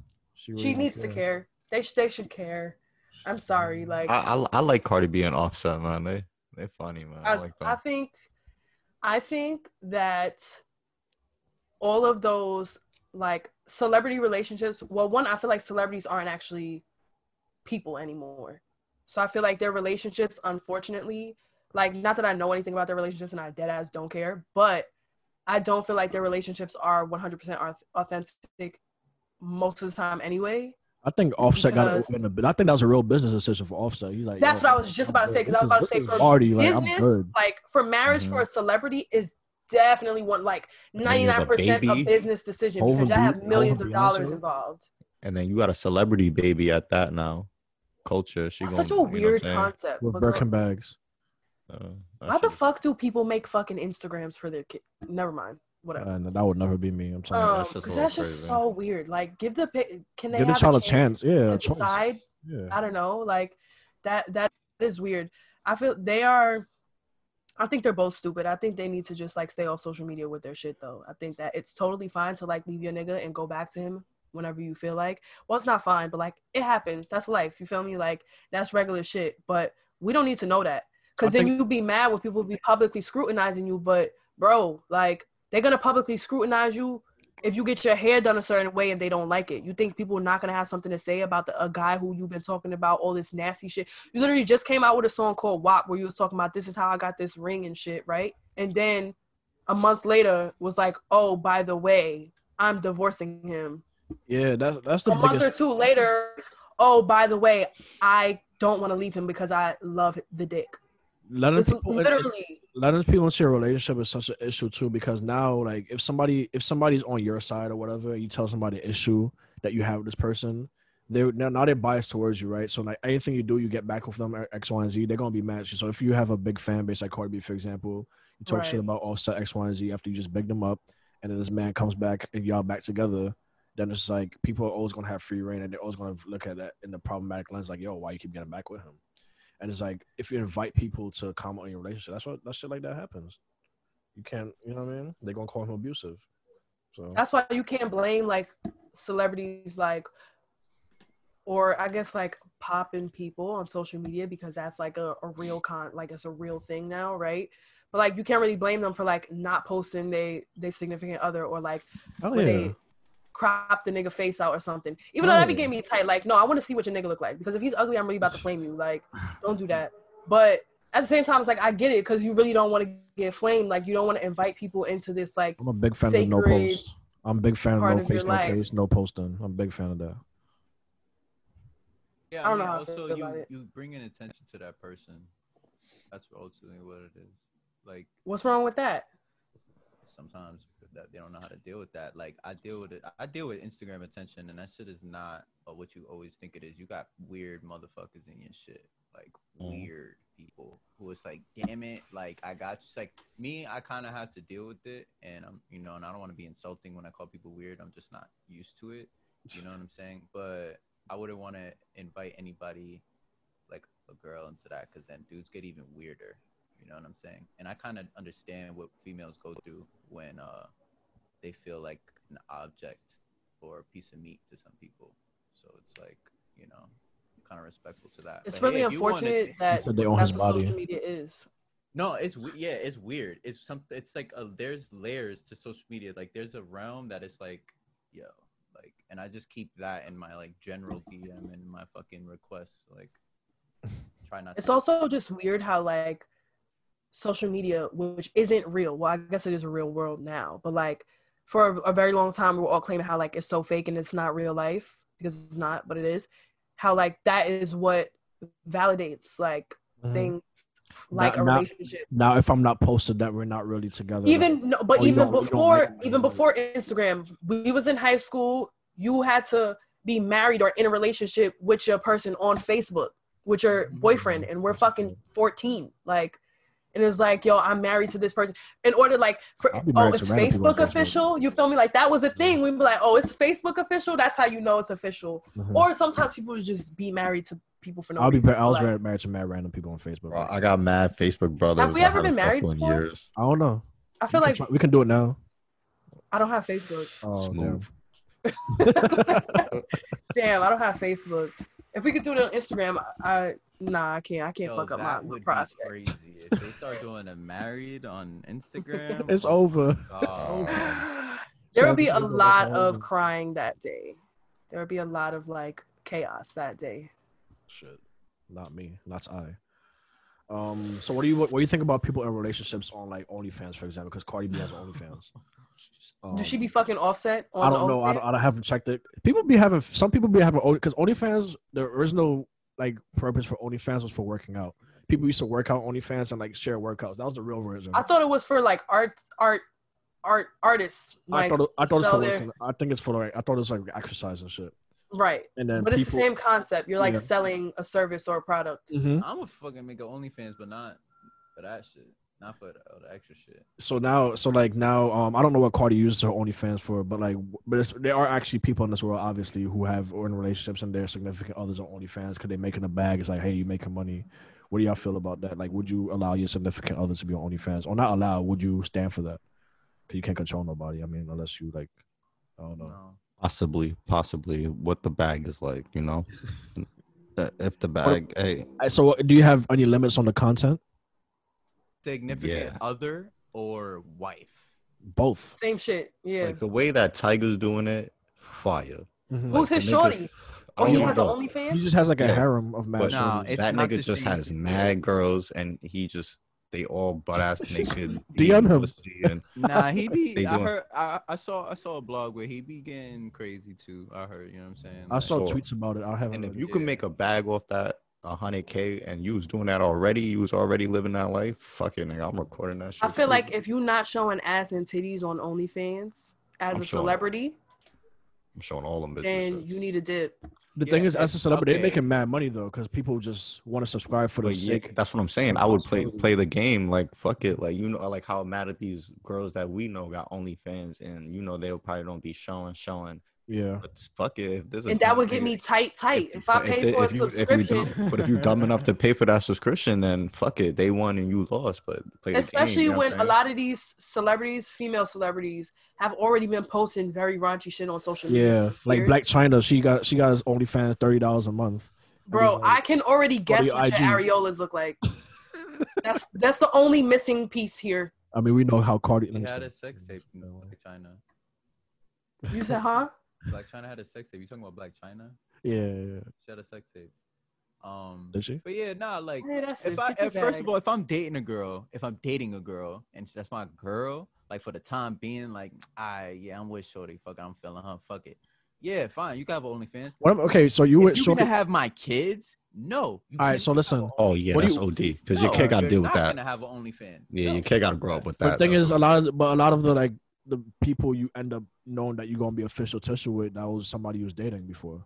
Speaker 2: really
Speaker 1: She
Speaker 2: don't
Speaker 1: needs to care. They sh- they should care. I'm sorry, like
Speaker 4: I, I I like Cardi B and Offset, man. They they funny, man. I,
Speaker 1: I,
Speaker 4: like
Speaker 1: I
Speaker 4: them.
Speaker 1: think I think that all of those like celebrity relationships, well one I feel like celebrities aren't actually people anymore. So I feel like their relationships unfortunately like not that I know anything about their relationships and I dead ass don't care, but I don't feel like their relationships are 100% auth- authentic most of the time anyway.
Speaker 2: I think Offset got
Speaker 1: Because-
Speaker 2: it. in the- but I think that was a real business decision for Offset. He's like,
Speaker 1: That's
Speaker 2: yo,
Speaker 1: what I was just about to say, 'cause I was
Speaker 2: this is-
Speaker 1: about to
Speaker 2: this
Speaker 1: say
Speaker 2: is
Speaker 1: for
Speaker 2: Cardi, like, I'm
Speaker 1: business
Speaker 2: good.
Speaker 1: like for marriage for a celebrity is definitely one like
Speaker 4: Because you have a
Speaker 1: 99% a
Speaker 4: baby,
Speaker 1: business decision because
Speaker 4: over
Speaker 1: you have
Speaker 4: Be-
Speaker 1: millions
Speaker 2: over
Speaker 1: of dollars
Speaker 2: Beyonce.
Speaker 1: involved
Speaker 4: And then you got a celebrity baby at that now. Culture. She
Speaker 1: that's
Speaker 4: gonna,
Speaker 1: such a weird
Speaker 4: you know what
Speaker 1: concept
Speaker 2: with
Speaker 1: because
Speaker 2: Birkin bags.
Speaker 4: I'm saying? Uh, that
Speaker 1: why the
Speaker 4: shit-
Speaker 1: fuck do people make fucking instagrams for their kid never mind whatever
Speaker 2: And Uh, that would never be me. I'm telling
Speaker 1: um,
Speaker 4: that's just a
Speaker 1: 'cause
Speaker 4: little
Speaker 1: that's just
Speaker 4: crazy.
Speaker 1: so weird like give the pi- can
Speaker 2: you.
Speaker 1: they
Speaker 2: Give the
Speaker 1: have
Speaker 2: child
Speaker 1: a
Speaker 2: a chance. Yeah,
Speaker 1: to
Speaker 2: a choice.
Speaker 1: decide?
Speaker 2: Yeah.
Speaker 1: I don't know. Like that that is weird. I feel they are I think they're both stupid. I think they need to just like stay off social media with their shit though. I think that it's totally fine to like leave your nigga and go back to him whenever you feel like. Well, it's not fine, but like it happens. That's life. You feel me? Like that's regular shit, but we don't need to know that. Cuz
Speaker 2: I
Speaker 1: then
Speaker 2: think-
Speaker 1: you be mad when people be publicly scrutinizing you, but bro, like they're going to publicly scrutinize you if you get your hair done a certain way and they don't like it, you think people are not gonna have something to say about the, a guy who you've been talking about all this nasty shit. You literally just came out with a song called WAP where you was talking about this is how I got this ring and shit, right? And then a month later was like, oh, by the way, I'm divorcing him.
Speaker 2: Yeah, that's that's the
Speaker 1: A month or
Speaker 2: biggest.
Speaker 1: two later, oh, by the way, I don't want to leave him because I love the dick.
Speaker 2: Letting
Speaker 1: It's
Speaker 2: people,
Speaker 1: literally,
Speaker 2: letting people into your relationship is such an issue too, because now, like, if somebody if somebody's on your side or whatever, you tell somebody an issue that you have with this person, they now, now they're biased towards you, right? So like anything you do, you get back with them eh, X, Y, and Z. They're gonna be mad at you. So if you have a big fan base like Cardi B, for example, you talk shit
Speaker 1: Right.
Speaker 2: about Offset X, Y, and Z after you just big them up, and then this man comes back and y'all back together. Then it's like people are always gonna have free reign, and they're always gonna look at that in the problematic lens, like, yo, why you keep getting back with him? And it's like if you invite people to comment on your relationship, that's what that shit like that happens. You can't, you know what I mean? They're gonna call him abusive. So
Speaker 1: that's why you can't blame like celebrities like or i guess like popping people on social media because that's like a, a real con like it's a real thing now right but like you can't really blame them for like not posting they they significant other or like
Speaker 2: oh
Speaker 1: when
Speaker 2: yeah,
Speaker 1: they crop the nigga face out or something even
Speaker 2: Oh,
Speaker 1: though that be
Speaker 2: yeah.
Speaker 1: getting me tight like no i want to see what your nigga look like because if he's ugly i'm really about to flame you like don't do that but at the same time it's like i get it because you really don't want to get flamed like you don't want to invite people into this like
Speaker 2: I'm a big fan of no
Speaker 1: sacred
Speaker 2: post. I'm a big fan of
Speaker 1: part
Speaker 2: no
Speaker 1: of your
Speaker 2: face, no
Speaker 1: life.
Speaker 2: case, no posting. I'm a big fan of that.
Speaker 3: Yeah,
Speaker 1: I don't
Speaker 3: mean,
Speaker 1: know how I
Speaker 3: also
Speaker 1: feel
Speaker 3: you
Speaker 1: about it.
Speaker 3: you bring an attention to that person. That's ultimately what it is. Like
Speaker 1: What's wrong with that?
Speaker 3: sometimes that they don't know how to deal with that. Like I deal with it. I deal with Instagram attention, and that shit is not uh, what you always think it is. You got weird motherfuckers in your shit, like
Speaker 4: Mhm.
Speaker 3: weird people who it's like, damn it, like I got you. It's like me, I kind of have to deal with it, and I'm, you know, and I don't want to be insulting when I call people weird. I'm just not used to it. You know what I'm saying? But I wouldn't want to invite anybody, like a girl, into that because then dudes get even weirder. You know what I'm saying? And I kind of understand what females go through when uh, they feel like an object or a piece of meat to some people. So it's like, you know, kind of respectful to that.
Speaker 1: It's
Speaker 3: But hey,
Speaker 1: really
Speaker 3: if you wanna-
Speaker 1: unfortunate that
Speaker 2: said they own
Speaker 1: that's
Speaker 2: his
Speaker 1: what
Speaker 2: body.
Speaker 1: social media is.
Speaker 3: No, it's we- yeah, it's weird. It's something. It's like a, there's layers to social media. Like there's a realm that it's like, yo, like, and I just keep that in my like general DM and my fucking requests. Like, try not.
Speaker 1: It's
Speaker 3: to-
Speaker 1: also just weird how like social media, which isn't real. Well, I guess it is a real world now, but like for a, a very long time, we were all claiming how like it's so fake and it's not real life because it's not, but it is. How like that is what validates like things like
Speaker 2: Mm. Not-
Speaker 1: a
Speaker 2: not-
Speaker 1: relationship.
Speaker 2: Now, if I'm not posted, that we're not really together.
Speaker 1: even no, but
Speaker 2: Oh, you
Speaker 1: even
Speaker 2: don't- you don't
Speaker 1: before
Speaker 2: like it,
Speaker 1: even
Speaker 2: you don't
Speaker 1: before Instagram, we was in high school. You had to be married or in a relationship with your person on Facebook with your
Speaker 2: Mm-hmm.
Speaker 3: Mhm.
Speaker 1: boyfriend, and we're fucking fourteen. Like, and it's like, yo, I'm married to this person. In order, like, for
Speaker 2: I'll be
Speaker 1: oh,
Speaker 2: married to
Speaker 1: it's
Speaker 2: random people on
Speaker 1: Facebook
Speaker 2: Facebook.
Speaker 1: official. You feel me? Like that was a thing. We'd be like, oh, it's Facebook official. That's how you know it's official.
Speaker 2: Mhm.
Speaker 1: Or sometimes people would just be married to people for no
Speaker 2: I'll be.
Speaker 1: reason.
Speaker 2: I was
Speaker 1: Like,
Speaker 2: married, married to mad random people on Facebook.
Speaker 4: Bro, I got mad Facebook brothers.
Speaker 1: we
Speaker 4: I
Speaker 1: ever been
Speaker 4: haven't
Speaker 1: married
Speaker 4: talked to in
Speaker 1: before?
Speaker 4: years.
Speaker 2: I don't know.
Speaker 1: I feel
Speaker 2: we can
Speaker 1: like
Speaker 2: try- we can do it now.
Speaker 1: I don't have Facebook.
Speaker 2: Oh, damn.
Speaker 4: Smooth.
Speaker 1: Damn, I don't have Facebook. If we could do it on Instagram, I, I nah, I can't. I can't
Speaker 3: Yo,
Speaker 1: fuck up my,
Speaker 3: that
Speaker 1: my
Speaker 3: would be
Speaker 1: prospect.
Speaker 3: Crazy if they start doing a married on Instagram.
Speaker 2: it's over.
Speaker 3: Oh,
Speaker 1: there
Speaker 2: Yeah,
Speaker 1: would be
Speaker 2: I
Speaker 1: a
Speaker 2: think that's
Speaker 1: lot
Speaker 2: all
Speaker 1: of
Speaker 2: over.
Speaker 1: crying that day. There would be a lot of like chaos that day.
Speaker 2: Shit, not me. That's I. Um. So, what do you what, what do you think about people in relationships on like OnlyFans, for example? Because Cardi B has OnlyFans.
Speaker 3: Oh.
Speaker 2: Um,
Speaker 1: Does she be fucking offset? On
Speaker 2: I don't know. I, don't, I don't- haven't checked it. People be having some people be having because OnlyFans the original like purpose for OnlyFans was for working out. People used to work out OnlyFans and like share workouts. That was the real version.
Speaker 1: I thought it was for like art, art, art artists.
Speaker 2: I
Speaker 1: Like,
Speaker 2: thought it, I thought it's
Speaker 1: sell
Speaker 2: for
Speaker 1: their-
Speaker 2: working, I think it's for like I thought it was like exercise and shit.
Speaker 1: right,
Speaker 2: And then
Speaker 1: but it's the
Speaker 2: people-
Speaker 1: same concept. You're like
Speaker 2: Yeah.
Speaker 1: selling a service or a product.
Speaker 2: Mhm.
Speaker 3: I'm a fucking make a OnlyFans, but not for that shit. Not for the, all the extra shit.
Speaker 2: So now, so like now, um, I don't know what Cardi uses her OnlyFans for, but like, but it's, there are actually people in this world, obviously, who have or in relationships and their significant others on OnlyFans because they making a bag. It's like, hey, you making money. What do y'all feel about that? Like, would you allow your significant other to be on OnlyFans or not allow? Would you stand for that? Because you can't control nobody. I mean, unless you like, I don't know.
Speaker 3: No.
Speaker 4: Possibly, possibly what the bag is like, you know? Uh, if the bag, hey,
Speaker 2: Uh, So, do you have any limits on the content?
Speaker 3: Significant
Speaker 4: Yeah.
Speaker 3: other or wife.
Speaker 2: Both.
Speaker 1: Same shit. Yeah.
Speaker 4: like the way that Tiger's doing it, fire.
Speaker 2: Mhm.
Speaker 1: Who's
Speaker 4: Like,
Speaker 1: his
Speaker 4: the nigga-
Speaker 1: shorty?
Speaker 4: I
Speaker 1: Oh,
Speaker 4: don't
Speaker 1: he
Speaker 4: even
Speaker 1: has an
Speaker 4: know.
Speaker 2: He
Speaker 1: OnlyFans.
Speaker 2: just has like a
Speaker 4: Yeah.
Speaker 2: harem of mad.
Speaker 4: But-
Speaker 3: No, it's
Speaker 4: that
Speaker 3: not
Speaker 4: nigga
Speaker 3: the
Speaker 4: just
Speaker 3: same.
Speaker 4: has mad girls and he just they all butt ass naked.
Speaker 2: DM him.
Speaker 4: pussy And
Speaker 3: Nah, he be.
Speaker 4: They
Speaker 3: I
Speaker 4: doing-
Speaker 3: heard. I, I saw. I saw a blog where he be getting crazy too. I heard. You know what I'm saying?
Speaker 2: I saw
Speaker 4: Sure.
Speaker 2: tweets about it. I haven't.
Speaker 4: and if
Speaker 2: read it.
Speaker 4: you can make a bag off that hundred K and you was doing that already, you was already living that life, fucking nigga, I'm recording that shit.
Speaker 1: I feel
Speaker 4: too.
Speaker 1: like if you're not showing ass and titties on OnlyFans as
Speaker 4: I'm
Speaker 1: a
Speaker 4: showing
Speaker 1: celebrity,
Speaker 4: I'm showing all them
Speaker 1: then
Speaker 4: bitches.
Speaker 1: you need a dip.
Speaker 2: The
Speaker 3: Yeah,
Speaker 2: thing is, as
Speaker 3: it's-
Speaker 2: a celebrity, they're
Speaker 3: okay.
Speaker 2: making mad money though, because people just want to subscribe for the
Speaker 4: But yeah,
Speaker 2: sake.
Speaker 4: that's what I'm saying. I would play
Speaker 2: possibility.
Speaker 4: play the game like fuck it. Like you know, like how mad at these girls that we know got OnlyFans and you know they probably don't be showing showing.
Speaker 2: yeah,
Speaker 4: But fuck it, if there's a
Speaker 1: And that
Speaker 4: dumb
Speaker 1: would get
Speaker 4: nigga-
Speaker 1: me tight, tight. If, I
Speaker 4: but
Speaker 1: pay
Speaker 4: they-
Speaker 1: for a
Speaker 4: you-
Speaker 1: subscription,
Speaker 4: you dumb, but if you're dumb enough to pay for that subscription, then fuck it. They won and you lost. But play the game,
Speaker 1: especially
Speaker 4: you know what I'm
Speaker 1: when a
Speaker 4: saying?
Speaker 1: lot of these celebrities, female celebrities, have already been posting very raunchy shit on social media.
Speaker 2: yeah. Like
Speaker 1: Years.
Speaker 2: Black China, she got she got his OnlyFans thirty dollars a month.
Speaker 1: Bro,
Speaker 2: Everything.
Speaker 1: I can already guess
Speaker 2: your
Speaker 1: what your
Speaker 2: IG.
Speaker 1: areolas look like. that's that's the only missing piece here.
Speaker 2: I mean, we know how Cardi. let
Speaker 3: He
Speaker 2: me
Speaker 3: had
Speaker 2: see.
Speaker 3: a sex tape in Black China.
Speaker 1: You said, huh?
Speaker 3: Black China had a sex tape. You talking about Black China?
Speaker 2: Yeah, yeah, yeah.
Speaker 3: She had a sex tape. Um.
Speaker 2: did she?
Speaker 3: But yeah, nah, like.
Speaker 1: Hey, that's
Speaker 3: if
Speaker 1: it.
Speaker 3: I
Speaker 1: Get your
Speaker 3: if, first
Speaker 1: bag.
Speaker 3: of all, if I'm dating a girl, if I'm dating a girl and that's my girl, like for the time being, like I yeah, I'm with Shorty. Fuck, it, I'm feeling her. Fuck it. yeah, fine. You can have OnlyFans.
Speaker 2: What am, okay, so you
Speaker 3: You
Speaker 2: would
Speaker 3: if you're
Speaker 2: so
Speaker 3: gonna have my kids? No. You
Speaker 2: All right,
Speaker 3: can't
Speaker 2: so
Speaker 3: have
Speaker 2: listen.
Speaker 3: a-
Speaker 4: Oh yeah,
Speaker 2: What do
Speaker 4: that's
Speaker 2: you-
Speaker 4: OD because
Speaker 3: No,
Speaker 4: your kid got to
Speaker 3: you're
Speaker 4: deal with
Speaker 3: not
Speaker 4: that.
Speaker 3: Gonna have an OnlyFans.
Speaker 4: Yeah,
Speaker 3: No.
Speaker 4: your kid got to grow up with
Speaker 2: But
Speaker 4: that.
Speaker 2: the thing
Speaker 4: that's
Speaker 2: is,
Speaker 4: all.
Speaker 2: a lot of but a lot of the like the people you end up knowing that you're gonna be official tissue with that was somebody you was dating before.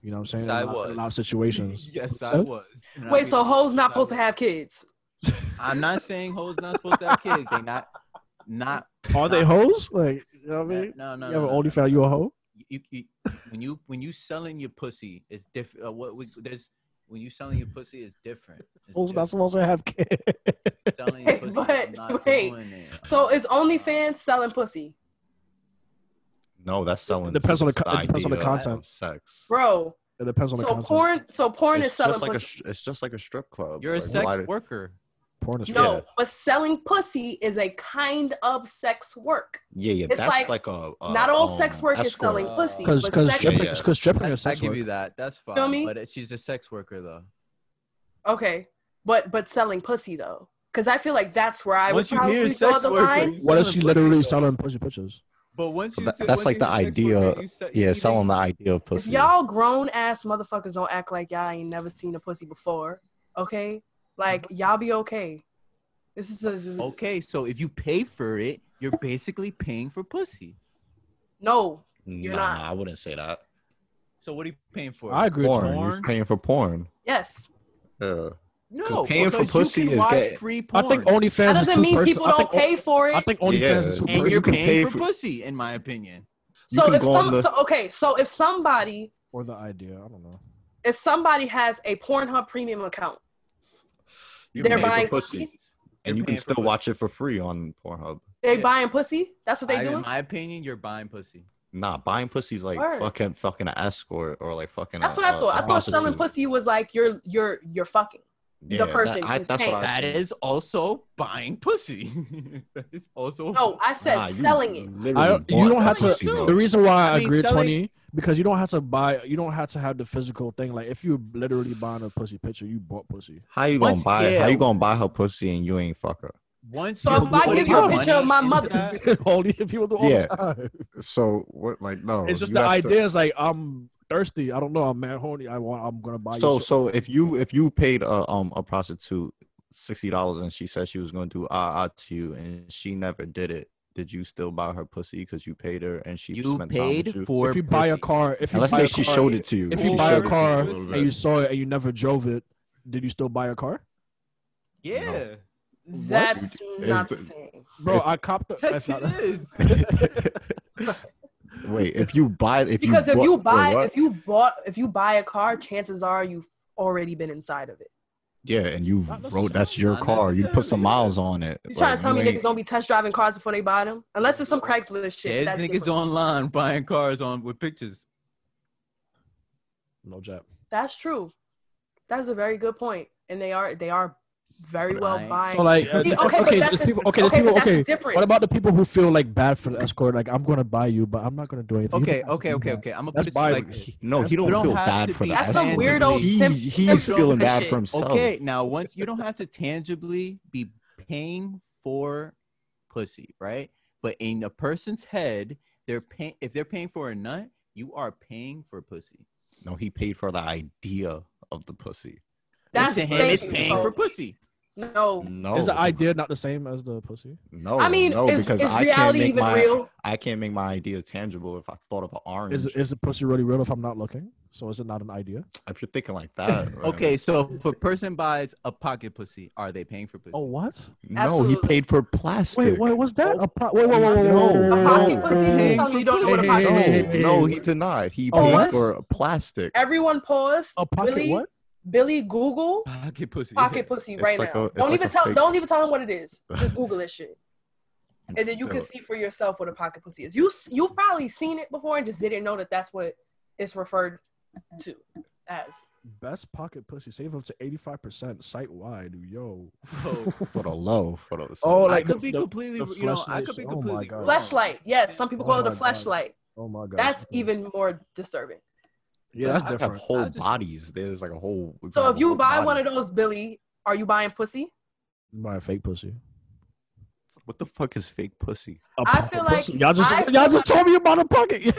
Speaker 2: You know what I'm saying?
Speaker 3: Yes, I
Speaker 2: a, lot, a
Speaker 3: was.
Speaker 2: lot of situations.
Speaker 3: yes, I was. And I'll
Speaker 1: Wait,
Speaker 3: be
Speaker 1: so
Speaker 3: like,
Speaker 1: hoes
Speaker 3: yes,
Speaker 1: not
Speaker 3: I
Speaker 1: supposed to
Speaker 3: was.
Speaker 1: have kids?
Speaker 3: I'm not saying hoes not supposed to have kids. They not, not.
Speaker 2: Are they hoes? Like you know what I
Speaker 3: No,
Speaker 2: mean?
Speaker 3: no, no.
Speaker 2: you have
Speaker 3: no,
Speaker 2: an
Speaker 3: no.
Speaker 2: OnlyFans, you a hoe?
Speaker 3: You, you, when you when you selling your pussy, it's different. Uh, what we, there's when you selling your pussy is different. It's
Speaker 2: Hoes not
Speaker 3: different.
Speaker 2: supposed to have kids.
Speaker 3: selling your pussy.
Speaker 1: But,
Speaker 3: I'm not
Speaker 1: wait.
Speaker 3: doing it.
Speaker 1: So is OnlyFans selling pussy,
Speaker 4: no, that's selling.
Speaker 2: It depends on the
Speaker 4: just
Speaker 2: co- it depends on the
Speaker 4: idea of
Speaker 2: content.
Speaker 4: Sex.
Speaker 1: bro?
Speaker 2: it depends on the
Speaker 1: So
Speaker 2: content.
Speaker 1: porn, so porn
Speaker 4: It's
Speaker 1: is selling
Speaker 4: just like a.
Speaker 1: pussy.
Speaker 4: sh- It's just like a strip club.
Speaker 3: You're a
Speaker 4: Like,
Speaker 3: sex
Speaker 4: why did-
Speaker 3: worker.
Speaker 2: porn is
Speaker 1: no,
Speaker 4: yeah.
Speaker 1: but selling pussy is a kind of sex work.
Speaker 4: Yeah, yeah.
Speaker 1: It's
Speaker 4: That's
Speaker 1: like,
Speaker 4: like, a, a
Speaker 1: Not all
Speaker 4: um,
Speaker 1: sex work is
Speaker 4: escort.
Speaker 1: selling
Speaker 3: Uh,
Speaker 1: pussy.
Speaker 2: because
Speaker 1: but
Speaker 2: because
Speaker 1: sex-
Speaker 2: stripping
Speaker 4: Yeah, yeah.
Speaker 2: because stripping
Speaker 3: I,
Speaker 2: is
Speaker 3: I
Speaker 2: sex
Speaker 3: give
Speaker 2: work.
Speaker 3: you that. That's fine.
Speaker 1: me?
Speaker 3: But it, she's a sex worker though.
Speaker 1: Okay, but but selling pussy though, because I feel like that's where I
Speaker 3: Once
Speaker 1: would
Speaker 3: you hear
Speaker 1: probably draw
Speaker 3: sex
Speaker 1: the
Speaker 3: worker,
Speaker 1: line.
Speaker 3: you
Speaker 2: What if
Speaker 3: selling
Speaker 2: she
Speaker 3: pussy,
Speaker 2: literally
Speaker 3: though.
Speaker 2: selling pussy pictures?
Speaker 3: But once you,
Speaker 4: But
Speaker 3: se-
Speaker 4: that's
Speaker 3: once
Speaker 4: like
Speaker 3: you
Speaker 4: the
Speaker 3: hear sex
Speaker 4: idea-
Speaker 3: worker, you se- you
Speaker 4: Yeah,
Speaker 3: either-
Speaker 4: selling the idea of
Speaker 1: If
Speaker 4: pussy.
Speaker 1: y'all grown ass motherfuckers don't act like y'all ain't never seen a pussy before, okay? Like y'all be okay. This is a
Speaker 3: Mm-hmm. Okay, so if you pay for it, you're basically paying for pussy.
Speaker 1: no.
Speaker 4: Nah,
Speaker 1: not.
Speaker 4: nah, I wouldn't say that.
Speaker 3: So what are you paying for?
Speaker 2: I agree.
Speaker 4: Porn.
Speaker 2: Tony.
Speaker 4: You're
Speaker 3: Porn?
Speaker 4: paying for porn.
Speaker 1: Yes,
Speaker 4: Yeah.
Speaker 3: No,
Speaker 4: paying for
Speaker 3: because you
Speaker 4: pussy
Speaker 3: can
Speaker 4: is
Speaker 3: watch
Speaker 4: getting-
Speaker 3: free
Speaker 2: I
Speaker 3: porn.
Speaker 2: think
Speaker 1: that
Speaker 2: OnlyFans is
Speaker 1: doesn't
Speaker 2: too
Speaker 1: mean people
Speaker 2: personal. I
Speaker 1: don't
Speaker 2: think
Speaker 1: pay for it.
Speaker 2: I think OnlyFans
Speaker 4: Yeah.
Speaker 2: is
Speaker 4: And
Speaker 2: too
Speaker 3: and
Speaker 2: personal.
Speaker 3: you're
Speaker 4: you can
Speaker 3: paying
Speaker 4: pay
Speaker 3: for,
Speaker 4: for-
Speaker 3: pussy, in my opinion.
Speaker 4: you
Speaker 1: so
Speaker 4: can
Speaker 1: if
Speaker 4: go on
Speaker 1: some,
Speaker 4: the-
Speaker 1: so, okay, so if somebody
Speaker 2: or the idea. I don't know.
Speaker 1: if somebody has a Pornhub premium account,
Speaker 4: You
Speaker 1: they're
Speaker 4: paying for
Speaker 1: buying pussy.
Speaker 4: pussy, and
Speaker 3: You're
Speaker 4: you can
Speaker 3: paying for
Speaker 4: still
Speaker 3: pussy.
Speaker 4: watch it for free on Pornhub.
Speaker 1: They
Speaker 3: Yeah.
Speaker 1: buying pussy. That's what they
Speaker 3: I, in
Speaker 1: doing.
Speaker 3: my opinion, you're buying pussy.
Speaker 4: Nah, buying pussy's like
Speaker 1: Word.
Speaker 4: fucking fucking an escort or like fucking.
Speaker 1: That's
Speaker 4: a-
Speaker 1: what I
Speaker 4: a-
Speaker 1: thought.
Speaker 4: a
Speaker 1: I thought selling
Speaker 4: prostitute.
Speaker 1: pussy was like you're you're you're fucking. the
Speaker 4: Yeah, that-
Speaker 1: person
Speaker 4: I-
Speaker 1: is
Speaker 4: that's
Speaker 1: paying.
Speaker 4: what I
Speaker 3: That
Speaker 4: think.
Speaker 3: is also buying pussy. that is also
Speaker 1: No, I said
Speaker 4: Nah, you
Speaker 1: selling it.
Speaker 4: literally
Speaker 2: I don't, you
Speaker 4: bought
Speaker 2: don't
Speaker 4: that
Speaker 2: have to.
Speaker 4: pussy, bro.
Speaker 2: The reason why I,
Speaker 3: I mean,
Speaker 2: agree,
Speaker 3: selling-
Speaker 2: Twenty, because you don't have to buy. You don't have to have the physical thing. Like if you literally buying a pussy picture, you bought pussy.
Speaker 4: How you gonna
Speaker 3: Once-
Speaker 4: buy? How
Speaker 3: yeah.
Speaker 4: you gonna buy her pussy and you ain't fuck her?
Speaker 3: once.
Speaker 1: So
Speaker 3: you
Speaker 1: if I
Speaker 3: put
Speaker 2: give you a
Speaker 3: money
Speaker 1: picture of my
Speaker 3: into
Speaker 1: mother-
Speaker 3: that-
Speaker 2: Only people do all
Speaker 4: Uh, Yeah.
Speaker 2: the time.
Speaker 4: So what? Like no,
Speaker 2: It's just
Speaker 4: you
Speaker 2: the
Speaker 4: have to-
Speaker 2: idea is like I'm thirsty. I don't know. I'm mad horny. I want. I'm gonna buy. you
Speaker 4: So
Speaker 2: some-
Speaker 4: so if you if you paid a um a prostitute sixty dollars and she said she was gonna do ah ah to you and she never did it, did you still buy her pussy because you paid her and she
Speaker 3: You
Speaker 4: spent time
Speaker 3: paid
Speaker 4: with you?
Speaker 3: for.
Speaker 2: if you buy a
Speaker 3: pussy.
Speaker 2: car, if you
Speaker 4: And let's
Speaker 2: buy
Speaker 4: say
Speaker 2: a
Speaker 4: she
Speaker 2: car,
Speaker 4: showed it to you.
Speaker 2: if
Speaker 4: She
Speaker 2: you buy a
Speaker 4: showed it to
Speaker 2: car
Speaker 4: you a little
Speaker 2: and you
Speaker 4: bit.
Speaker 2: saw it and you never drove it, did you still buy a car,
Speaker 3: Yeah,
Speaker 1: That's
Speaker 4: Is
Speaker 1: not the
Speaker 4: the-
Speaker 1: same.
Speaker 2: bro? I copped. A,
Speaker 3: yes,
Speaker 2: that's
Speaker 3: it
Speaker 2: not.
Speaker 3: is.
Speaker 4: Wait, if you buy if
Speaker 1: Because
Speaker 4: you
Speaker 1: if you
Speaker 4: bought-
Speaker 1: buy
Speaker 4: what?
Speaker 1: if you bought if you buy a car, chances are you've already been inside of it.
Speaker 4: yeah, and you
Speaker 2: Not
Speaker 4: wrote that's your
Speaker 3: necessarily.
Speaker 4: car, you put some
Speaker 3: Not
Speaker 4: miles on it.
Speaker 1: You
Speaker 4: Like,
Speaker 1: trying to tell me
Speaker 4: ain't-
Speaker 1: niggas don't be test driving cars before they buy them? Unless it's some Craigslist shit.
Speaker 3: There's
Speaker 1: That's
Speaker 3: niggas
Speaker 1: different.
Speaker 3: online buying cars on with pictures.
Speaker 2: No job.
Speaker 1: That's true. That is a very good point, and they are they are very well
Speaker 3: Right.
Speaker 1: buying.
Speaker 2: So like, uh,
Speaker 1: See,
Speaker 2: okay,
Speaker 1: okay,
Speaker 2: okay,
Speaker 1: but
Speaker 2: so
Speaker 1: that's
Speaker 2: there's
Speaker 1: the-
Speaker 2: people, okay, there's people,
Speaker 1: but that's
Speaker 2: okay.
Speaker 1: the difference.
Speaker 2: What about the people who feel like bad for the escort? Like, I'm gonna buy you, but I'm not gonna do anything. You
Speaker 3: Okay,
Speaker 2: don't have to
Speaker 3: okay,
Speaker 2: do
Speaker 3: okay,
Speaker 2: that.
Speaker 3: okay. I'm gonna
Speaker 2: That's
Speaker 3: put it to you like
Speaker 2: buying-
Speaker 4: no, he
Speaker 3: You
Speaker 4: don't
Speaker 3: don't
Speaker 4: feel
Speaker 3: have
Speaker 4: bad
Speaker 3: to
Speaker 4: for
Speaker 3: be
Speaker 4: the
Speaker 1: That's some
Speaker 4: escort.
Speaker 1: weirdo
Speaker 4: He-
Speaker 1: simp-
Speaker 4: he's
Speaker 1: simp
Speaker 4: feeling bad
Speaker 1: shit.
Speaker 4: for himself.
Speaker 3: Okay, now once you don't have to tangibly be paying for pussy, right? But in a person's head, they're paying if they're paying for a nut, you are paying for pussy.
Speaker 4: No, he paid for the idea of the pussy.
Speaker 1: That's
Speaker 3: to him, it's
Speaker 1: crazy,
Speaker 3: paying
Speaker 1: bro.
Speaker 3: for pussy.
Speaker 1: No,
Speaker 4: No,
Speaker 2: Is the idea not the same as the pussy?
Speaker 4: No,
Speaker 1: I mean,
Speaker 4: no,
Speaker 1: is,
Speaker 4: because
Speaker 1: is
Speaker 4: I can't
Speaker 1: reality
Speaker 4: make
Speaker 1: even
Speaker 4: my
Speaker 1: real?
Speaker 4: I can't make my idea tangible if I thought of an orange.
Speaker 2: Is is the pussy really real if I'm not looking? So is it not an idea?
Speaker 4: if you're thinking like that, right?
Speaker 3: Okay, so if a person buys a pocket pussy, are they paying for pussy?
Speaker 2: Oh what?
Speaker 4: no,
Speaker 1: absolutely.
Speaker 4: he paid for plastic.
Speaker 2: Wait, what was
Speaker 3: Oh.
Speaker 2: that? A po- wait, wait, wait, wait,
Speaker 4: No.
Speaker 2: wait, wait,
Speaker 1: A
Speaker 2: wait,
Speaker 1: pocket
Speaker 2: wait,
Speaker 1: pussy?
Speaker 2: wait,
Speaker 1: You
Speaker 2: wait.
Speaker 1: tell me you don't know what a
Speaker 2: Hey,
Speaker 1: pocket
Speaker 2: hey,
Speaker 1: pussy
Speaker 2: hey,
Speaker 1: is.
Speaker 2: hey.
Speaker 4: No, he did not. He
Speaker 2: Oh,
Speaker 4: paid
Speaker 1: what?
Speaker 4: for plastic.
Speaker 1: Everyone pause.
Speaker 2: A pocket
Speaker 1: Billy,
Speaker 2: what?
Speaker 1: Billy, Google
Speaker 3: Pocket pussy. Oh,
Speaker 1: pocket pussy
Speaker 4: It's
Speaker 1: right
Speaker 4: like
Speaker 1: now.
Speaker 4: a- it's
Speaker 1: don't
Speaker 4: like
Speaker 1: even
Speaker 4: a
Speaker 1: tell.
Speaker 4: fake-
Speaker 1: Don't even tell them what it is. Just Google this shit, and then you can
Speaker 4: Still,
Speaker 1: see for yourself what a pocket pussy is. You s- you've probably seen it before and just didn't know that that's what it's referred to as.
Speaker 2: Best pocket pussy save up to eighty five percent site wide. Yo.
Speaker 3: Whoa.
Speaker 4: for the low, for the
Speaker 2: Oh,
Speaker 3: I
Speaker 2: like
Speaker 3: could
Speaker 2: the-
Speaker 3: be
Speaker 2: the-
Speaker 3: completely,
Speaker 2: the
Speaker 3: you know, I could
Speaker 2: fleshlights.
Speaker 3: be
Speaker 2: Oh my
Speaker 3: completely.
Speaker 2: God.
Speaker 3: wrong.
Speaker 1: Fleshlight. Yes, some people
Speaker 2: Oh
Speaker 1: call it a
Speaker 2: my God.
Speaker 1: fleshlight.
Speaker 2: Oh my god.
Speaker 1: That's
Speaker 2: Okay.
Speaker 1: even more disturbing.
Speaker 2: Yeah, that's
Speaker 3: I
Speaker 4: I have
Speaker 2: different.
Speaker 4: whole
Speaker 3: I just-
Speaker 4: bodies. There's like a whole. we
Speaker 1: So
Speaker 4: have
Speaker 1: if
Speaker 4: a
Speaker 1: you
Speaker 4: whole
Speaker 1: buy one
Speaker 4: body.
Speaker 1: of those, Billy, are you buying pussy?
Speaker 2: Buy a fake pussy.
Speaker 4: What the fuck is fake pussy?
Speaker 2: A
Speaker 1: I
Speaker 2: pocket
Speaker 1: feel like-
Speaker 2: pussy? y'all just
Speaker 1: I
Speaker 2: y'all
Speaker 1: feel
Speaker 2: just told me about a pocket.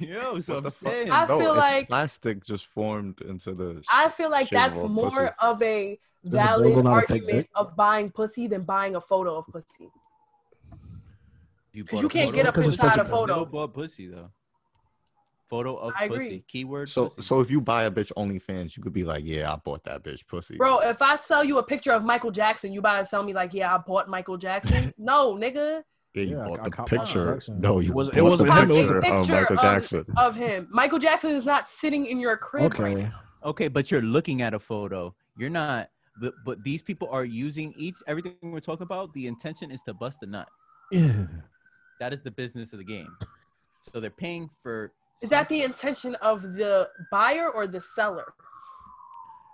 Speaker 3: Yo, so
Speaker 4: What
Speaker 3: I'm
Speaker 4: the fuck?
Speaker 3: saying.
Speaker 1: I feel
Speaker 4: it's
Speaker 1: like-
Speaker 4: plastic just formed into the.
Speaker 1: I feel like
Speaker 4: shape of
Speaker 1: that's
Speaker 4: a
Speaker 1: more
Speaker 4: pussy.
Speaker 1: of a
Speaker 2: a
Speaker 1: valid
Speaker 2: dildo not a fake
Speaker 1: argument
Speaker 2: dick?
Speaker 1: of buying pussy than buying a photo of pussy.
Speaker 3: bought
Speaker 1: you
Speaker 3: a
Speaker 1: can't
Speaker 3: photo
Speaker 1: get
Speaker 3: of
Speaker 1: up
Speaker 3: pussy.
Speaker 2: inside a
Speaker 1: photo.
Speaker 3: No, but pussy though. Photo of
Speaker 1: I
Speaker 3: pussy.
Speaker 1: agree.
Speaker 3: Keyword.
Speaker 4: So
Speaker 3: pussy.
Speaker 4: so if you buy a bitch OnlyFans, you could be like, yeah, I bought that bitch pussy.
Speaker 1: Bro, if I sell you a picture of Michael Jackson, you about to sell me like, yeah, I bought Michael Jackson? no, nigga,
Speaker 4: yeah, you
Speaker 2: Yeah, I-
Speaker 4: bought
Speaker 2: I
Speaker 4: the
Speaker 2: caught
Speaker 3: Michael
Speaker 4: picture.
Speaker 2: Jackson.
Speaker 4: No, you
Speaker 2: It wasn't- it
Speaker 4: bought
Speaker 2: wasn't
Speaker 4: the
Speaker 2: him, it was a
Speaker 4: picture of
Speaker 1: picture
Speaker 4: Michael
Speaker 1: of-
Speaker 4: Jackson.
Speaker 1: of him. Michael Jackson is not sitting in your crib. right
Speaker 2: okay.
Speaker 3: Okay, but you're looking at a photo. You're not. But, but these people are using each everything we're talking about. The intention is to bust a nut.
Speaker 2: Yeah.
Speaker 3: That is the business of the game. So they're paying for.
Speaker 1: Is that the
Speaker 3: something.
Speaker 1: intention of the buyer or the seller?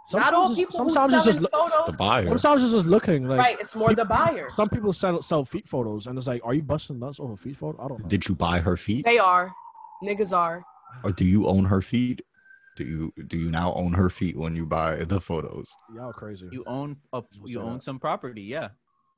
Speaker 2: Sometimes
Speaker 1: not all
Speaker 2: it's-
Speaker 1: people
Speaker 2: sometimes
Speaker 1: who
Speaker 2: it's
Speaker 1: sell
Speaker 2: just
Speaker 1: in
Speaker 2: look-
Speaker 1: photos,
Speaker 4: the buyer.
Speaker 2: sometimes it's just looking like
Speaker 1: right? It's more the buyer.
Speaker 2: Some people sell sell feet photos, and it's like, are you busting nuts over feet photo? I don't know.
Speaker 4: Did you buy her feet,
Speaker 1: They are, niggas are.
Speaker 4: or do you own her feet? Do you do you now own her feet when you buy the photos?
Speaker 2: Y'all crazy.
Speaker 3: you own a,
Speaker 2: That's what
Speaker 3: you
Speaker 2: you're
Speaker 3: own
Speaker 2: at.
Speaker 3: some property. Yeah,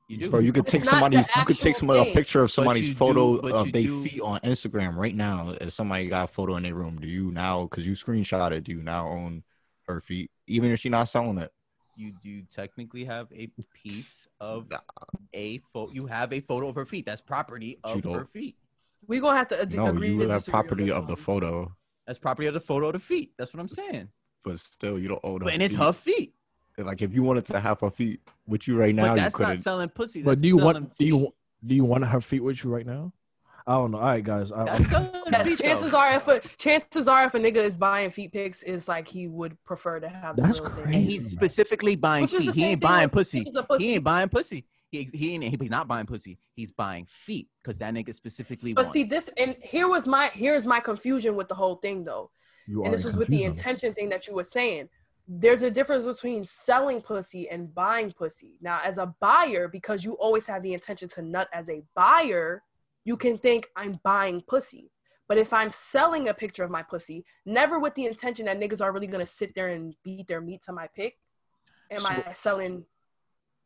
Speaker 3: you do.
Speaker 4: Bro, you could
Speaker 1: It's
Speaker 4: take
Speaker 1: not
Speaker 4: somebody.
Speaker 1: the
Speaker 4: You could take
Speaker 1: actual
Speaker 4: somebody a
Speaker 1: thing.
Speaker 4: picture of
Speaker 3: you
Speaker 4: somebody's
Speaker 3: do-
Speaker 4: photo
Speaker 3: but you
Speaker 4: of their
Speaker 3: do-
Speaker 4: feet on Instagram right now. If somebody got a photo in their room, do you now? Because you screenshot it, do you now own her feet, even if she not selling it?
Speaker 3: you do technically have a piece of
Speaker 4: Nah.
Speaker 3: a photo. You have a photo of her feet. That's property of
Speaker 4: Cheeto.
Speaker 3: her feet.
Speaker 1: We gonna have to ad-
Speaker 4: No,
Speaker 1: agree
Speaker 4: you
Speaker 1: to
Speaker 4: would have
Speaker 1: disagree on
Speaker 4: property
Speaker 1: this
Speaker 4: of the
Speaker 1: one.
Speaker 4: photo,
Speaker 3: That's property of the photo of the feet. That's what I'm saying.
Speaker 4: but still, you don't own her.
Speaker 3: But and it's
Speaker 4: feet.
Speaker 3: her feet.
Speaker 4: Like if you wanted to have her feet with you right now,
Speaker 3: but
Speaker 4: you
Speaker 3: that's not
Speaker 4: couldn't.
Speaker 3: selling pussy.
Speaker 2: but
Speaker 3: that's
Speaker 2: do you
Speaker 3: selling
Speaker 2: want do you
Speaker 3: feet.
Speaker 2: do you want her feet with you right now? I don't know. All right, guys. I,
Speaker 3: That's selling
Speaker 1: Yes,
Speaker 3: feet, though.
Speaker 1: chances are, if a chances are, if a nigga is buying feet pics, is like he would prefer to have. the
Speaker 2: That's
Speaker 1: real thing.
Speaker 2: crazy.
Speaker 3: and he's specifically buying
Speaker 1: Which is the
Speaker 3: feet. He
Speaker 1: same
Speaker 3: ain't
Speaker 1: thing
Speaker 3: buying
Speaker 1: with
Speaker 3: pussy.
Speaker 1: pictures of pussy.
Speaker 3: He ain't buying pussy. He, he ain't he's not buying pussy. He's buying feet because that nigga specifically
Speaker 1: But
Speaker 3: wants.
Speaker 1: see, this and here was my here's my confusion with the whole thing though,
Speaker 2: you
Speaker 1: and
Speaker 2: are
Speaker 1: this is with the
Speaker 2: confusing.
Speaker 1: intention thing that you were saying. There's a difference between selling pussy and buying pussy. Now, as a buyer, because you always have the intention to nut as a buyer, you can think I'm buying pussy. But if I'm selling a picture of my pussy, never with the intention that niggas are really gonna sit there and beat their meat to my pick, am
Speaker 2: So-
Speaker 1: I selling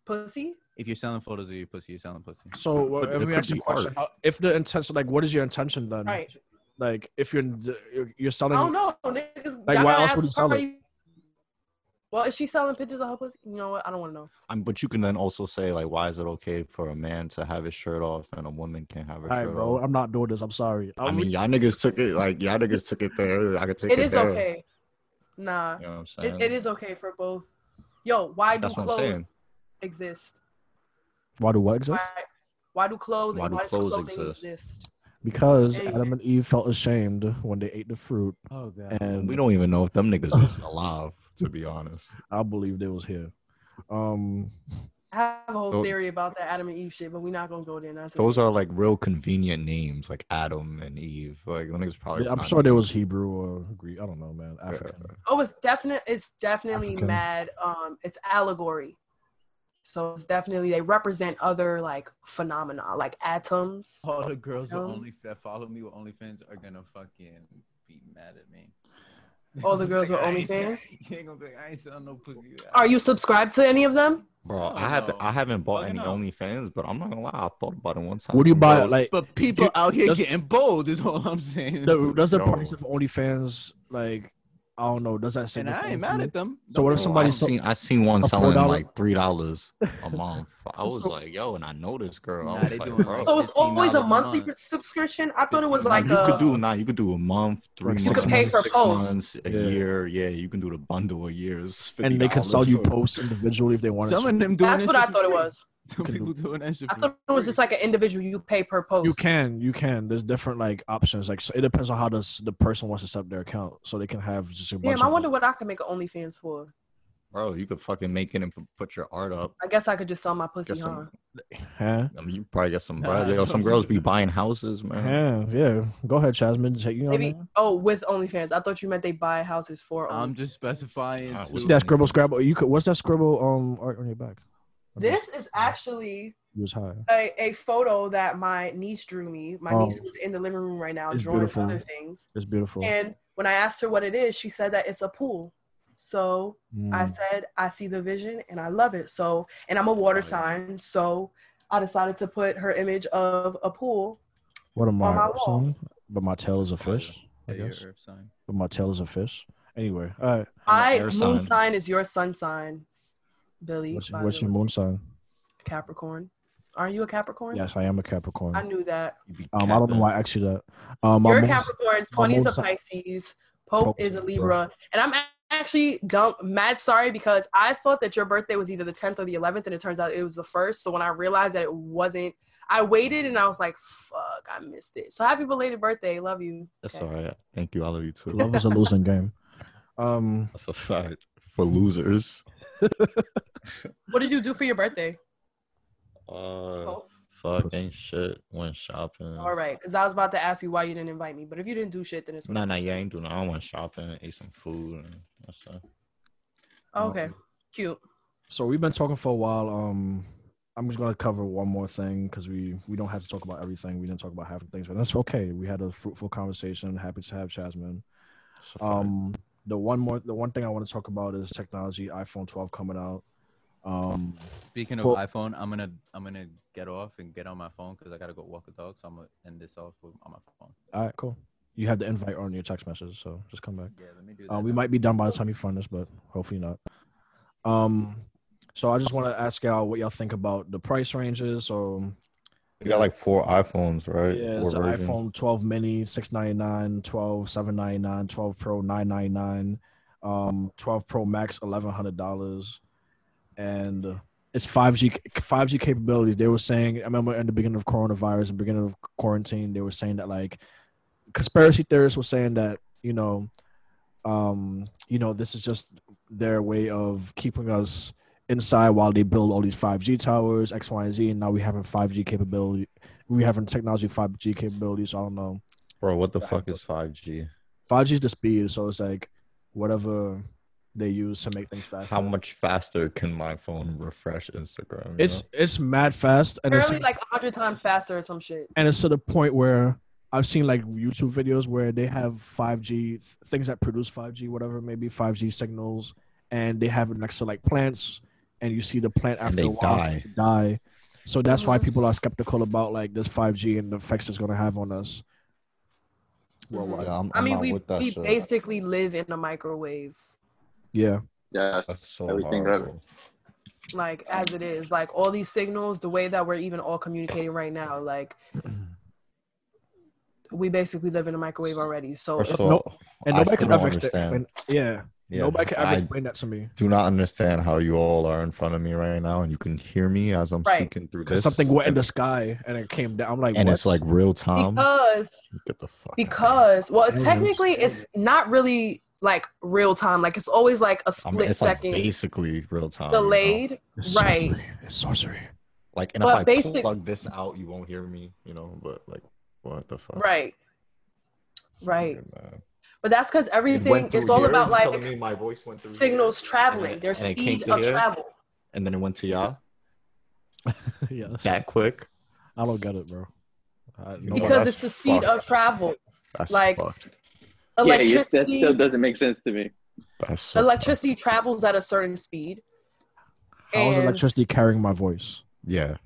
Speaker 1: pussy?
Speaker 3: if you're selling photos of your pussy, you're selling pussy.
Speaker 2: So well,
Speaker 4: But
Speaker 2: let
Speaker 4: it
Speaker 2: me
Speaker 4: could
Speaker 2: ask you a
Speaker 4: be
Speaker 2: question:
Speaker 4: art.
Speaker 2: How- If the intention, like, what is your intention then?
Speaker 1: Right.
Speaker 2: Like, if you're you're- you're selling,
Speaker 1: I don't know. Niggas,
Speaker 2: Like,
Speaker 1: y'all
Speaker 2: why
Speaker 1: gotta
Speaker 2: else
Speaker 1: ask
Speaker 2: would you sell it?
Speaker 1: somebody- Well, is she selling pictures of her pussy? You know what? I don't want to know.
Speaker 4: Um, but you can then also say like, why is it okay for a man to have his shirt off and a woman can't have her
Speaker 2: all right,
Speaker 4: shirt
Speaker 2: bro,
Speaker 4: off?
Speaker 2: I'm not doing this. I'm sorry. Um,
Speaker 4: I mean, y'all niggas took it like y'all niggas took it there. I could take it,
Speaker 1: it is
Speaker 4: there.
Speaker 1: okay. Nah,
Speaker 4: You know what I'm
Speaker 1: it,
Speaker 4: saying?
Speaker 1: it is okay for both. Yo, why do
Speaker 4: That's what I'm
Speaker 1: clothes
Speaker 4: saying.
Speaker 1: exist?
Speaker 2: why do what exist?
Speaker 1: Why, why do clothes?
Speaker 4: Why
Speaker 1: Why,
Speaker 4: do
Speaker 1: does
Speaker 4: clothes
Speaker 1: clothing exist?
Speaker 4: exist?
Speaker 2: Because
Speaker 1: Hey.
Speaker 2: Adam and Eve felt ashamed when they ate the fruit,
Speaker 3: Oh god.
Speaker 2: and
Speaker 4: We don't even know if them niggas was alive, to be honest.
Speaker 2: I believe they was here. Um,
Speaker 1: I have a whole
Speaker 4: Tho-
Speaker 1: theory about that Adam and Eve shit, but we're not gonna go there. Not
Speaker 4: Oh. Those are like real convenient names, like Adam and Eve. Like them niggas probably.
Speaker 2: I'm
Speaker 4: Oh, not
Speaker 2: sure there
Speaker 4: named-
Speaker 2: was Hebrew or Greek. I don't know, man. African.
Speaker 1: oh, it's definite. It's definitely
Speaker 2: African.
Speaker 1: mad. Um, it's allegory. So it's definitely they represent other like phenomena, like atoms.
Speaker 4: Oh.
Speaker 3: All the girls that
Speaker 1: Um,
Speaker 3: only that follow me with OnlyFans are gonna fucking be mad at me.
Speaker 1: All the girls with
Speaker 3: I ain't-
Speaker 1: OnlyFans?
Speaker 3: You ain't gonna be like, I ain't selling no pussy.
Speaker 1: Are you subscribed to any of them?
Speaker 4: Bro,
Speaker 3: Hell
Speaker 4: I haven't.
Speaker 3: no.
Speaker 4: I haven't bought
Speaker 3: Fucking
Speaker 4: any
Speaker 3: no.
Speaker 4: OnlyFans, but I'm not gonna lie. I thought about it one time.
Speaker 2: What do you
Speaker 4: Some
Speaker 2: buy?
Speaker 4: girls-
Speaker 2: Like,
Speaker 3: But people
Speaker 2: Dude,
Speaker 3: out here
Speaker 2: that's-
Speaker 3: getting bold is all I'm saying.
Speaker 2: the, does the
Speaker 4: Yo.
Speaker 2: price of OnlyFans like? I don't know. Does that say?
Speaker 3: and I ain't mad at them.
Speaker 2: So what
Speaker 4: Bro,
Speaker 2: if somebody
Speaker 4: I
Speaker 2: sell-
Speaker 4: seen I seen one
Speaker 2: a
Speaker 4: selling
Speaker 2: $4?
Speaker 4: like three dollars a month. I was
Speaker 2: So-
Speaker 4: like, yo, and I know this girl.
Speaker 3: Nah,
Speaker 4: I was
Speaker 3: they
Speaker 4: like,
Speaker 3: doing
Speaker 4: bro.
Speaker 3: like
Speaker 1: So it's always a
Speaker 3: $15 a
Speaker 1: monthly
Speaker 3: month.
Speaker 1: subscription. I thought it was
Speaker 3: Nah,
Speaker 1: like
Speaker 4: you
Speaker 1: a.
Speaker 4: could do nah, you could do a month, three months,
Speaker 2: Like six
Speaker 1: You could pay for
Speaker 4: six
Speaker 1: posts.
Speaker 4: months, a
Speaker 2: Yeah.
Speaker 4: year. Yeah, you can do the bundle a year. It's $50
Speaker 2: and they can sell you
Speaker 4: for-
Speaker 2: posts individually if they want
Speaker 3: Some of
Speaker 2: to.
Speaker 3: them doing
Speaker 1: That's
Speaker 3: that
Speaker 1: what
Speaker 3: shit
Speaker 1: I
Speaker 3: for
Speaker 1: thought it
Speaker 3: free.
Speaker 1: was.
Speaker 3: Some people doing that shit.
Speaker 1: I
Speaker 3: for
Speaker 1: thought it was
Speaker 3: free.
Speaker 1: just like an individual you pay per post.
Speaker 2: You can, you can. There's different like options. Like so it depends on how this the person wants to set up their account, so they can have just a bunch.
Speaker 1: Damn, I
Speaker 2: of-
Speaker 1: wonder what I could make an OnlyFans for.
Speaker 4: Bro, you could fucking make it and p- put your art up.
Speaker 1: I guess I could just sell my pussy,
Speaker 4: Guess
Speaker 1: huh?
Speaker 4: I'm-
Speaker 2: Huh?
Speaker 4: I mean, you probably get some
Speaker 3: Nah,
Speaker 4: bread. Yo,
Speaker 3: I
Speaker 4: some
Speaker 3: don't-
Speaker 4: girls be buying houses, man.
Speaker 2: Yeah, yeah. Go ahead, Jasmine. Take you know what I
Speaker 1: Maybe.
Speaker 2: mean?
Speaker 1: Oh, with OnlyFans. I thought you meant they buy houses for.
Speaker 3: I'm
Speaker 1: Only-
Speaker 3: just specifying.
Speaker 4: Ah,
Speaker 3: to-
Speaker 4: what's
Speaker 2: See that scribble scrabble. You could. What's that scribble um art on your back?
Speaker 1: this is actually
Speaker 2: It was high.
Speaker 1: a, a photo that my niece drew me. My
Speaker 2: Oh.
Speaker 1: niece was in the living room right now
Speaker 2: It's
Speaker 1: drawing
Speaker 2: beautiful.
Speaker 1: other things.
Speaker 2: It's beautiful.
Speaker 1: And when I asked her what it is, she said that it's a pool. So I
Speaker 2: Mm.
Speaker 1: said, I see the vision and I love it. So, and I'm a
Speaker 4: Oh,
Speaker 1: water
Speaker 4: yeah.
Speaker 1: sign. So I decided to put her image of a pool.
Speaker 2: What am
Speaker 1: On
Speaker 2: I?
Speaker 1: my
Speaker 2: Earth
Speaker 1: wall.
Speaker 2: sign? But my tail is a fish. I
Speaker 3: Yeah, your
Speaker 2: guess.
Speaker 3: earth sign.
Speaker 2: But my tail is a fish. Anyway, all right.
Speaker 4: I'm
Speaker 1: I
Speaker 4: an air
Speaker 1: moon
Speaker 4: sign.
Speaker 1: sign. is your sun sign, Billy.
Speaker 2: What's,
Speaker 1: by
Speaker 2: what's
Speaker 1: the
Speaker 2: your
Speaker 1: way.
Speaker 2: moon sign?
Speaker 1: Capricorn? Are you a Capricorn?
Speaker 2: Yes, I am a Capricorn.
Speaker 1: I knew that.
Speaker 4: You be
Speaker 2: Um, I don't know
Speaker 4: capping.
Speaker 2: why I asked you that. Um, my
Speaker 1: You're a
Speaker 2: moon-
Speaker 1: Capricorn. Twenty is
Speaker 2: moon
Speaker 1: a
Speaker 2: sign-
Speaker 1: Pisces. Pope,
Speaker 2: Pope
Speaker 1: is
Speaker 2: is
Speaker 1: a
Speaker 2: a
Speaker 1: Libra. And I'm a- actually dumb, mad sorry because I thought that your birthday was either the 10th or the 11th, and it turns out it was the first. So when I realized that it wasn't, I waited and I was like, "Fuck, I missed it." So happy belated birthday. Love you.
Speaker 4: That's
Speaker 1: Okay.
Speaker 4: all right. Thank you. I love you too.
Speaker 2: love is a losing game. Um,
Speaker 4: That's a fact for losers.
Speaker 1: What did you do for your birthday?
Speaker 4: Uh,
Speaker 1: Pope?
Speaker 4: fucking shit. Went shopping.
Speaker 1: All right, because I was about to ask you why you didn't invite me, but if you didn't do shit, then it's
Speaker 4: Nah, nah, yeah, I ain't doing. I went shopping, ate some food, and that's it.
Speaker 1: Oh, okay, cute.
Speaker 2: so we've been talking for a while. Um, I'm just gonna cover one more thing because we we don't have to talk about everything. We didn't talk about half the things, but that's okay. We had a fruitful conversation. Happy to have Jasmine.
Speaker 4: That's a fact.
Speaker 2: Um, the one more the one thing I want to talk about is technology. iPhone 12 coming out. Um,
Speaker 3: Speaking
Speaker 2: For-
Speaker 3: of iPhone, I'm gonna I'm gonna get off and get on my phone because I gotta go walk a dog. So I'm gonna end this off with, on my phone.
Speaker 2: all right, cool. You have the invite on your text message, so just come back.
Speaker 3: Yeah, let me do that.
Speaker 2: Uh, we
Speaker 3: now.
Speaker 2: might be done by the time you find this, but hopefully not. Um, so I just want to ask y'all what y'all think about the price ranges. So
Speaker 4: You got like four iPhones, right?
Speaker 2: yeah,
Speaker 4: four
Speaker 2: it's the
Speaker 4: versions.
Speaker 2: iPhone 12 mini, 699, 12, 799, 12 Pro, 999, um, 12 Pro Max, $1,100. And it's 5G, 5G capabilities. They were saying, I remember in the beginning of coronavirus and beginning of quarantine, they were saying that like conspiracy theorists were saying that, you know, um, you know, this is just their way of keeping us inside while they build all these 5G towers, X, Y, and Z, and now we having 5G capability we having technology 5G capabilities. I don't know.
Speaker 4: Bro, what the
Speaker 2: The
Speaker 4: fuck
Speaker 2: iPhone.
Speaker 4: is 5G?
Speaker 2: 5G is the speed, so it's like whatever they use to make things faster.
Speaker 4: How much faster can my phone refresh Instagram? you
Speaker 2: it's
Speaker 4: know?
Speaker 2: it's mad fast, and it's
Speaker 1: Apparently, like hundred times faster or some shit.
Speaker 2: and it's to the point where I've seen like YouTube videos where they have 5G th- things that produce 5G, whatever maybe 5G signals, and they have it next to like plants, and you see the plant
Speaker 4: And
Speaker 2: after
Speaker 4: they
Speaker 2: a while
Speaker 4: die.
Speaker 2: die. So that's why
Speaker 1: Mhm.
Speaker 2: people are skeptical about like this 5G and the effects it's gonna have on us. Mm-hmm.
Speaker 1: Mhm.
Speaker 4: Yeah, I'm-
Speaker 1: I
Speaker 4: I'm
Speaker 1: mean,
Speaker 4: not
Speaker 1: we
Speaker 4: with that
Speaker 1: we
Speaker 4: shit.
Speaker 1: basically live in a microwave,
Speaker 2: Yeah,
Speaker 5: Yes.
Speaker 4: That's so
Speaker 5: everything
Speaker 4: hard.
Speaker 5: good.
Speaker 4: bro.
Speaker 1: like as it is. Like all these signals, the way that we're even all communicating right now, like we basically live in a microwave already. So
Speaker 4: First
Speaker 1: Oh, it's
Speaker 4: of
Speaker 2: No-
Speaker 4: all,
Speaker 2: and
Speaker 4: I
Speaker 2: nobody
Speaker 4: still
Speaker 2: can
Speaker 4: don't
Speaker 2: ever explain-
Speaker 4: understand.
Speaker 2: Yeah,
Speaker 4: Yeah,
Speaker 2: Nobody can ever
Speaker 4: I
Speaker 2: explain that to me.
Speaker 4: do not understand how you all are in front of me right now, and you can hear me as I'm
Speaker 1: Right.
Speaker 4: speaking through this.
Speaker 2: Because something went in
Speaker 4: and,
Speaker 2: the sky and it came down. I'm like,
Speaker 4: and
Speaker 2: what?
Speaker 4: it's like real time.
Speaker 1: because
Speaker 4: Get the fuck. outta here.
Speaker 1: because well,
Speaker 2: Aliens.
Speaker 1: technically, it's not really like real time. Like it's always like a
Speaker 4: I mean,
Speaker 1: split
Speaker 4: it's like
Speaker 1: second
Speaker 4: basically real time. you know?
Speaker 1: delayed.
Speaker 2: it's
Speaker 1: right.
Speaker 2: sorcery. It's sorcery.
Speaker 4: Like, and
Speaker 1: But
Speaker 4: if I
Speaker 1: basic-
Speaker 4: plug this out, you won't hear me. You know, but like, what the fuck?
Speaker 1: Right,
Speaker 4: It's
Speaker 1: right.
Speaker 4: weird, man.
Speaker 1: but that's because
Speaker 4: It went
Speaker 1: everything.
Speaker 4: through
Speaker 1: It's all
Speaker 4: here,
Speaker 1: about
Speaker 4: you
Speaker 1: like
Speaker 4: telling me my voice went through
Speaker 1: signals
Speaker 4: here,
Speaker 1: traveling,
Speaker 4: and
Speaker 1: their
Speaker 4: it- and it came
Speaker 1: speed
Speaker 4: to
Speaker 1: of
Speaker 4: here,
Speaker 1: travel.
Speaker 4: and then it went to y'all
Speaker 2: yes.
Speaker 4: that quick.
Speaker 2: I don't get it, bro.
Speaker 4: know
Speaker 2: I, nobody-
Speaker 4: what?
Speaker 1: because
Speaker 4: Oh, that's
Speaker 1: it's the speed
Speaker 4: fucked.
Speaker 1: of travel.
Speaker 4: That's
Speaker 1: Like,
Speaker 4: fucked.
Speaker 5: Yeah, yes, that
Speaker 1: Electricity,
Speaker 5: still doesn't make sense to me.
Speaker 4: That's so
Speaker 1: electricity travels at a certain speed.
Speaker 2: how is
Speaker 1: and-
Speaker 2: electricity carrying my voice?
Speaker 4: fucked. yeah.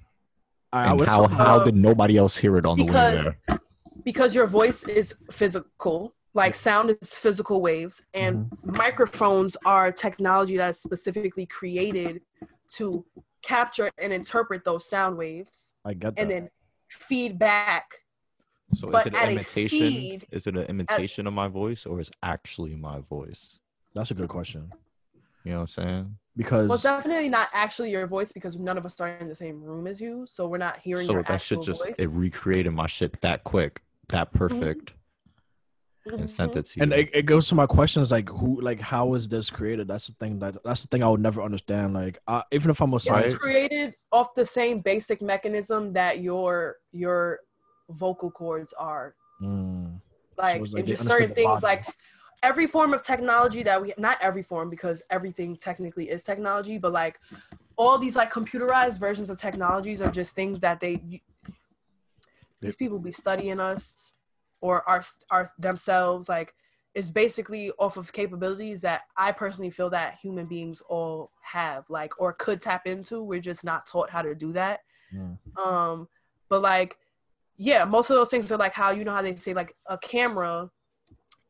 Speaker 2: I, I
Speaker 4: And
Speaker 2: would
Speaker 4: how
Speaker 2: somehow-
Speaker 4: how did nobody else hear it on the way
Speaker 1: Because-
Speaker 4: there?
Speaker 1: because your voice is physical like sound is physical waves and
Speaker 4: Mm-hmm.
Speaker 1: microphones are technology that is specifically created to capture and interpret those sound waves
Speaker 2: I get that.
Speaker 1: and then feed back
Speaker 4: So
Speaker 1: but
Speaker 4: is it
Speaker 1: at
Speaker 4: an
Speaker 1: a
Speaker 4: imitation?
Speaker 1: speed-
Speaker 4: Is it an imitation of my voice, or is actually my voice?
Speaker 2: That's a good question
Speaker 4: You know what I'm saying?
Speaker 2: because
Speaker 1: well it's definitely not actually your voice because none of us are in the same room as you so we're not hearing
Speaker 4: So
Speaker 1: your
Speaker 4: that shit
Speaker 1: actual
Speaker 4: just
Speaker 1: voice
Speaker 4: it recreated my shit that quick, that perfect, and sent
Speaker 1: Mhm.
Speaker 4: it to you.
Speaker 2: and it, it goes to my questions like who like how is this created? That's the thing that that's the thing I would never understand. Like I, even if I'm
Speaker 1: Yeah,
Speaker 2: a
Speaker 1: it's
Speaker 2: scientist,
Speaker 1: created off the same basic mechanism that your your vocal cords are
Speaker 2: Mm,
Speaker 1: like,
Speaker 2: it's like
Speaker 1: and
Speaker 2: they
Speaker 1: just
Speaker 2: understood
Speaker 1: certain
Speaker 2: the
Speaker 1: things
Speaker 2: body.
Speaker 1: like every form of technology that we not every form because everything technically is technology but like all these like computerized versions of technologies are just things that they you- these people be studying us or our our themselves like it's basically off of capabilities that I personally feel that human beings all have like or could tap into we're just not taught how to do that
Speaker 2: Mm.
Speaker 1: Um, but like, yeah, most of those things are like how you know how they say like a camera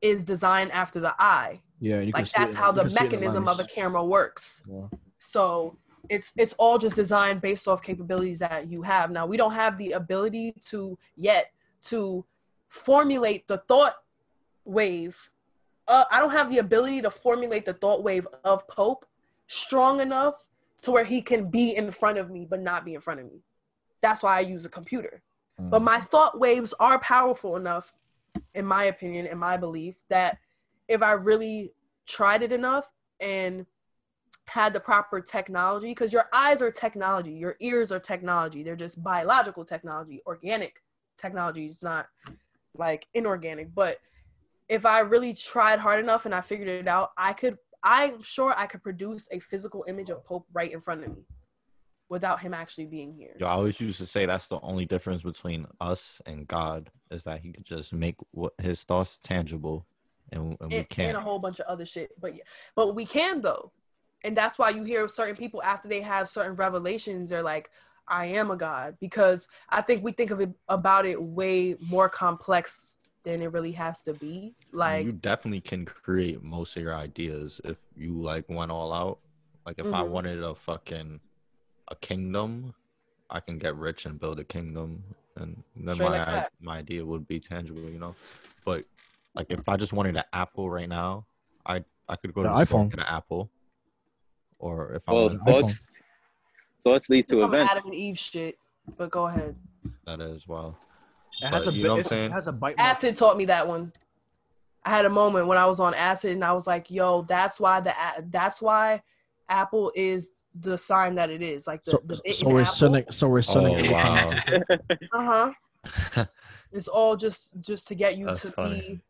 Speaker 1: is designed after the eye.
Speaker 2: Yeah, and you can
Speaker 1: Like
Speaker 2: see
Speaker 1: that's
Speaker 2: it-
Speaker 1: how
Speaker 2: you
Speaker 1: the
Speaker 2: can see it in
Speaker 1: mechanism of a
Speaker 2: lens.
Speaker 1: camera works.
Speaker 2: Yeah.
Speaker 1: So it's it's all just designed based off capabilities that you have. Now we don't have the ability to yet to formulate the thought wave. Uh, I don't have the ability to formulate the thought wave of Pope strong enough to where he can be in front of me but not be in front of me. That's why I use a computer.
Speaker 2: Mm.
Speaker 1: But my thought waves are powerful enough, in my opinion, in my belief, that if I really tried it enough and had the proper technology, because your eyes are technology, your ears are technology, they're just biological technology, organic technology, it's not like inorganic. But if I really tried hard enough and I figured it out, I could, I'm sure I could produce a physical image of Pope right in front of me without him actually being here.
Speaker 4: Yo, I always used to say that's the only difference between us and God is that He could just make what his thoughts tangible, and, and we
Speaker 1: and, and
Speaker 4: can't.
Speaker 1: a whole bunch of other shit. But yeah, but we can though, and that's why you hear certain people after they have certain revelations, they're like, "I am a god," because I think we think of it about it way more complex than it really has to be. Like,
Speaker 4: you definitely can create most of your ideas if you like went all out. Like if I
Speaker 1: Mhm.
Speaker 4: wanted a fucking a kingdom, I can get rich and build a kingdom, and then
Speaker 1: Straight
Speaker 4: my
Speaker 1: like
Speaker 4: i-
Speaker 1: that.
Speaker 4: my idea would be tangible, you know. But like if I just wanted an apple right now, I I could go
Speaker 2: The
Speaker 4: to the store
Speaker 2: iPhone.
Speaker 4: and get an apple, or if I
Speaker 5: Well,
Speaker 4: wanted
Speaker 2: iPhone.
Speaker 5: thoughts, thoughts lead
Speaker 1: it's
Speaker 5: to
Speaker 1: some
Speaker 5: events.
Speaker 1: Adam and Eve shit. But go ahead.
Speaker 4: that as well.
Speaker 2: It has
Speaker 4: But
Speaker 2: a
Speaker 4: you
Speaker 2: bit-
Speaker 4: know what I'm
Speaker 2: it's-
Speaker 4: saying?
Speaker 2: It has a bite. mark.
Speaker 1: Acid taught me that one. I had a moment when I was on acid and I was like, "Yo, that's why the a- that's why Apple is the sign that it is." Like the,
Speaker 2: So,
Speaker 1: the
Speaker 2: so
Speaker 1: sending.
Speaker 2: we're sending. So we're sending.
Speaker 4: Oh wow!
Speaker 1: Uh huh. It's all just just to get you
Speaker 4: That's
Speaker 1: to
Speaker 4: funny.
Speaker 1: be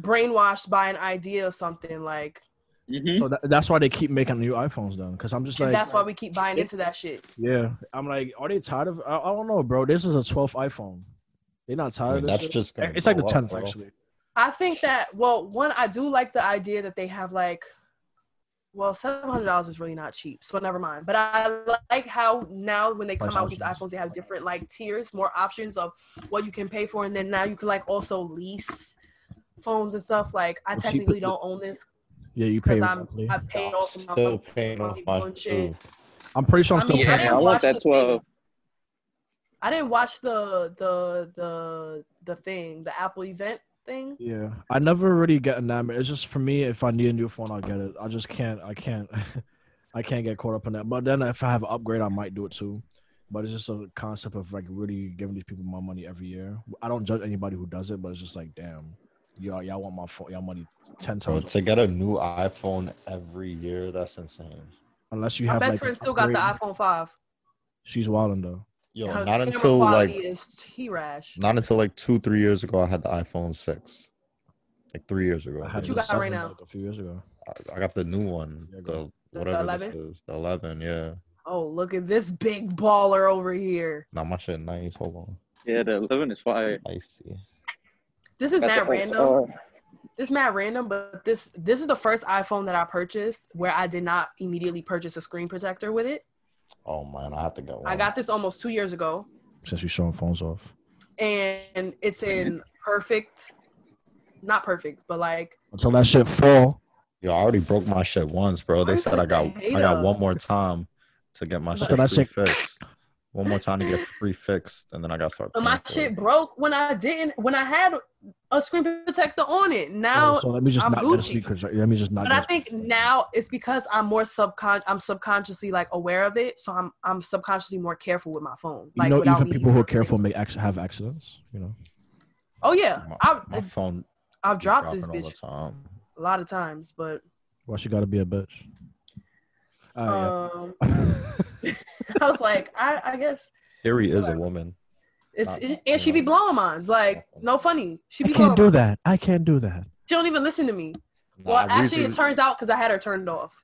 Speaker 1: brainwashed by an idea of something. Like
Speaker 5: Mhm.
Speaker 2: So Oh, that, that's why they keep making new iPhones, though, because I'm just
Speaker 1: and
Speaker 2: like,
Speaker 1: that's why we keep buying into that shit.
Speaker 2: yeah, I'm like, are they tired of? I, I don't know, bro. This is a 12th iPhone. They're not
Speaker 4: Dude,
Speaker 2: tired of this.
Speaker 4: that's
Speaker 2: shit.
Speaker 4: just gonna
Speaker 2: it's like the
Speaker 4: blow up,
Speaker 2: 10th,
Speaker 4: bro.
Speaker 2: actually.
Speaker 1: I think that well, one, I do like the idea that they have like, well, seven hundred dollars is really not cheap, so never mind. But I like how now when they come
Speaker 2: Price
Speaker 1: out with these
Speaker 2: options.
Speaker 1: iPhones, they have different like tiers, more options of what you can pay for, and then now you can like also lease phones and stuff. Like I
Speaker 2: Well, cheaper-
Speaker 1: technically don't own this
Speaker 2: Yeah, you pay.
Speaker 1: because I'm
Speaker 2: monthly.
Speaker 1: I
Speaker 2: I'm,
Speaker 1: paid off my
Speaker 4: Still paying off
Speaker 1: money
Speaker 4: my
Speaker 1: and shit.
Speaker 4: food.
Speaker 2: pretty sure I'm
Speaker 1: I
Speaker 2: still
Speaker 1: mean,
Speaker 5: Yeah,
Speaker 1: I
Speaker 2: paying.
Speaker 1: didn't
Speaker 5: I
Speaker 1: watch
Speaker 5: want
Speaker 1: the
Speaker 5: that twelve.
Speaker 1: I didn't watch the the the the thing, the Apple event thing.
Speaker 2: Yeah, I never really get enamored. It's just for me, if I need a new phone, I'll get it. I just can't. I can't. I can't get caught up in that. But then if I have an upgrade, I might do it too. But it's just a concept of like really giving these people my money every year. I don't judge anybody who does it, but it's just like, damn, y'all, y'all want my phone, y'all money ten
Speaker 4: So
Speaker 2: times.
Speaker 4: to get a new iPhone every year, that's insane.
Speaker 2: Unless you
Speaker 1: My
Speaker 2: have
Speaker 1: best
Speaker 2: like,
Speaker 1: friend
Speaker 2: an
Speaker 1: still got the
Speaker 2: upgrade.
Speaker 1: iPhone five.
Speaker 2: She's wilding though.
Speaker 4: Yo,
Speaker 1: Her
Speaker 4: not
Speaker 1: camera
Speaker 4: until like
Speaker 1: quality is t rash.
Speaker 4: not until like two, three years ago, I had the iPhone six. Like three years ago,
Speaker 2: I
Speaker 4: I,
Speaker 2: had
Speaker 1: you
Speaker 2: the
Speaker 1: got right
Speaker 2: seven,
Speaker 1: now?
Speaker 2: like, a few years ago.
Speaker 4: I got the new one,
Speaker 2: Yeah,
Speaker 4: the
Speaker 2: go.
Speaker 1: The
Speaker 4: whatever this
Speaker 1: 11?
Speaker 4: is, the eleven. Yeah,
Speaker 1: Oh, look at this big baller over here.
Speaker 4: now my shit nice. Hold on,
Speaker 5: Yeah, the eleven is fire.
Speaker 4: icy.
Speaker 1: This is
Speaker 5: Got
Speaker 1: mad
Speaker 5: the
Speaker 1: random.
Speaker 5: XR.
Speaker 1: This is mad random, but this this is the first iPhone that I purchased where I did not immediately purchase a screen protector with it.
Speaker 4: Oh man, I have to get one.
Speaker 1: I got this almost two years ago.
Speaker 2: Since you're showing phones off,
Speaker 1: And it's in perfect not perfect, but like
Speaker 2: until that shit fall.
Speaker 4: Yo, I already broke my shit once, bro. They
Speaker 1: Why
Speaker 4: said
Speaker 1: would
Speaker 4: I got
Speaker 1: they hate
Speaker 4: I got
Speaker 1: us?
Speaker 4: one more time to get my
Speaker 1: Look
Speaker 4: shit
Speaker 2: at
Speaker 4: free
Speaker 2: that shit.
Speaker 4: fixed. One more time to get free fixed, and then I got started.
Speaker 1: But my shit broke when I didn't when I had a screen protector on it. Now,
Speaker 2: so let me just
Speaker 1: I'm
Speaker 2: not get a
Speaker 1: Gucci.
Speaker 2: speaker. Let me just not.
Speaker 1: but
Speaker 2: get
Speaker 1: I
Speaker 2: a
Speaker 1: think
Speaker 2: speaker.
Speaker 1: now it's because I'm more subcon I'm subconsciously like aware of it, so I'm I'm subconsciously more careful with my phone.
Speaker 2: You
Speaker 1: Like
Speaker 2: know,
Speaker 1: without
Speaker 2: even
Speaker 1: me
Speaker 2: people who are
Speaker 1: knowing.
Speaker 2: careful make acc- have accidents. You know,
Speaker 1: Oh yeah,
Speaker 4: My,
Speaker 1: I've
Speaker 4: my phone
Speaker 1: I've
Speaker 4: be
Speaker 1: dropped this
Speaker 4: dropping all
Speaker 1: bitch
Speaker 4: the time.
Speaker 1: a lot of times, but
Speaker 2: why she got to be a bitch? Uh,
Speaker 1: um,
Speaker 2: yeah.
Speaker 1: I was like, I I guess
Speaker 4: Siri is a woman.
Speaker 1: it's
Speaker 4: Not-
Speaker 1: and, she be blowing mines like no funny. She
Speaker 2: I
Speaker 1: be
Speaker 2: can't
Speaker 1: blowing.
Speaker 2: do that. I can't do that.
Speaker 1: She don't even listen to me.
Speaker 4: Nah,
Speaker 1: well,
Speaker 4: I
Speaker 1: actually,
Speaker 4: recently-
Speaker 1: it turns out because I had her turned off.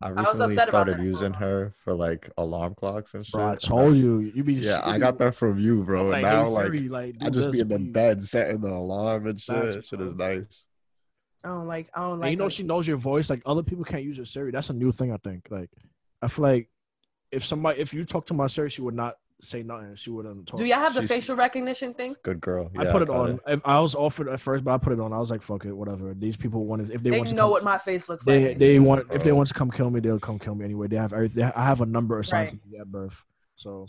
Speaker 4: I
Speaker 1: was
Speaker 4: recently
Speaker 1: upset about
Speaker 4: started
Speaker 1: that.
Speaker 4: using her for like alarm clocks and shit.
Speaker 2: Bro, I
Speaker 4: and
Speaker 2: told
Speaker 4: that's-
Speaker 2: you. You be
Speaker 4: Yeah, I got that from you, bro.
Speaker 2: Like,
Speaker 4: now,
Speaker 2: hey,
Speaker 4: like,
Speaker 2: Siri, like,
Speaker 4: I
Speaker 2: do
Speaker 4: just
Speaker 2: this,
Speaker 4: be in the
Speaker 2: please.
Speaker 4: bed setting the alarm and shit.
Speaker 2: Facts,
Speaker 4: shit
Speaker 2: bro.
Speaker 4: is nice.
Speaker 1: I don't like I don't
Speaker 2: And
Speaker 1: like.
Speaker 2: you know
Speaker 1: her.
Speaker 2: she knows your voice. Like other people can't use your Siri. That's a new thing. I think. Like, I feel like if somebody, if you talk to my Siri, she would not say nothing. She wouldn't talk.
Speaker 1: Do y'all have the
Speaker 6: She's-
Speaker 1: facial recognition thing?
Speaker 4: Good girl.
Speaker 2: I
Speaker 4: Yeah,
Speaker 2: put it
Speaker 4: got
Speaker 2: on. If I was offered at first, but I put it on. I was like, "Fuck it, whatever." These people wanted if they,
Speaker 1: They
Speaker 2: want to
Speaker 1: know
Speaker 2: come-
Speaker 1: what my face looks
Speaker 2: they
Speaker 1: like.
Speaker 2: they want if they
Speaker 4: Bro.
Speaker 2: want to come kill me, they'll come kill me anyway. They have everything. I have a number assigned
Speaker 1: Right.
Speaker 2: to me at birth, so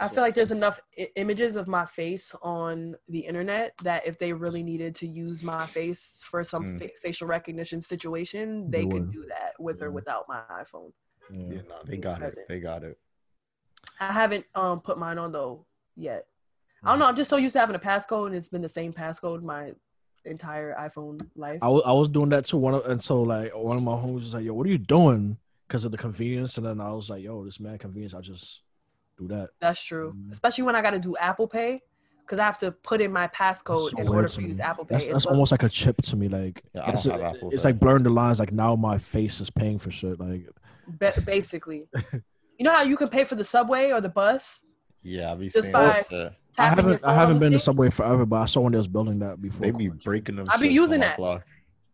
Speaker 1: I feel like there's enough I- images of my face on the internet that if they really needed to use my face for
Speaker 4: Mm.
Speaker 1: some fa- facial recognition situation,
Speaker 2: They
Speaker 1: they could
Speaker 2: would.
Speaker 1: do that with or
Speaker 2: Yeah.
Speaker 1: without my iPhone.
Speaker 4: Yeah,
Speaker 2: yeah.
Speaker 4: nah, they got it. They got it.
Speaker 1: I haven't um put mine on though yet. I
Speaker 2: Mm.
Speaker 1: don't know. I'm just so used to having a passcode, and it's been the same passcode my entire iPhone life.
Speaker 2: I was I was doing that to one of, until like one of my homies was like, "Yo, what are you doing?" Because of the convenience, and then I was like, "Yo, this man convenience. I just do that."
Speaker 1: That's true,
Speaker 2: Mhm.
Speaker 1: especially when I got to do Apple Pay because I have to put in my passcode
Speaker 2: so
Speaker 1: in
Speaker 2: weird
Speaker 1: order
Speaker 2: to
Speaker 1: for you to use
Speaker 2: me.
Speaker 1: Apple Pay.
Speaker 2: That's
Speaker 1: It's
Speaker 2: that's
Speaker 1: a-
Speaker 2: almost like a chip to me. Like
Speaker 4: Yeah, I
Speaker 2: it's,
Speaker 4: don't have Apple
Speaker 2: it's
Speaker 4: Pay.
Speaker 2: like blurring the lines. Like now my face is paying for shit. Like
Speaker 1: ba- basically. you know how you can pay for the subway or the bus?
Speaker 4: Yeah, I be
Speaker 1: Just
Speaker 4: seeing
Speaker 1: by-
Speaker 4: that shit.
Speaker 2: I
Speaker 1: Tapping your
Speaker 2: haven't
Speaker 1: phone
Speaker 2: I
Speaker 1: on
Speaker 2: haven't
Speaker 1: the
Speaker 2: been to
Speaker 1: thing?
Speaker 2: Subway forever, but I saw one that was building that before.
Speaker 4: They be breaking them.
Speaker 1: I be
Speaker 4: shits on
Speaker 1: using
Speaker 4: my
Speaker 1: that.
Speaker 4: block.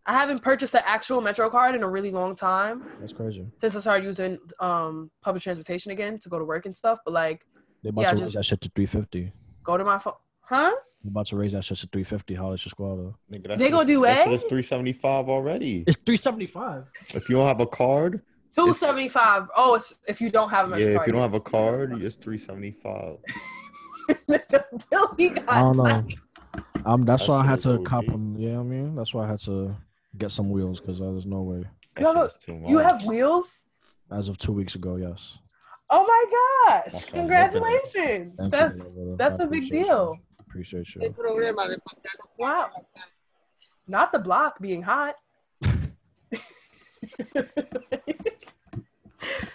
Speaker 1: I haven't purchased an actual Metro card in a really long time
Speaker 2: That's crazy.
Speaker 1: since I started using um, public transportation again to go to work and stuff. But like,
Speaker 2: They about
Speaker 1: Yeah,
Speaker 2: to raise
Speaker 1: just-
Speaker 2: that shit to 350.
Speaker 1: go to my phone, huh?
Speaker 2: They about to raise that shit to 350. How is your squad though?
Speaker 4: Nigga, that
Speaker 1: They gonna
Speaker 4: shit's-
Speaker 1: do
Speaker 4: that
Speaker 1: A?
Speaker 4: shit is 375 already.
Speaker 2: It's 375.
Speaker 4: If you don't have a card,
Speaker 1: Two seventy five. Oh, it's, if you don't have a
Speaker 4: yeah,
Speaker 1: Metro
Speaker 4: if
Speaker 1: card,
Speaker 4: you don't have a card, it's 375.
Speaker 1: Billy got
Speaker 2: I don't know. Um, that's
Speaker 4: That
Speaker 2: why I
Speaker 4: shit
Speaker 2: had
Speaker 4: is
Speaker 2: to
Speaker 4: OD.
Speaker 2: cop them. Yeah, I mean, that's why I had to get some wheels because there's no way.
Speaker 4: That
Speaker 1: You have
Speaker 4: shit
Speaker 1: a-
Speaker 4: is too
Speaker 1: You
Speaker 4: much.
Speaker 1: have wheels?
Speaker 2: As of two weeks ago, yes.
Speaker 1: Oh my gosh!
Speaker 4: That's what I'm looking at.
Speaker 1: Congratulations!
Speaker 2: Thank you,
Speaker 1: That's
Speaker 2: brother.
Speaker 1: that's
Speaker 2: I
Speaker 1: a big
Speaker 2: appreciate you.
Speaker 1: deal.
Speaker 2: Appreciate you.
Speaker 1: Wow. Not the block being hot.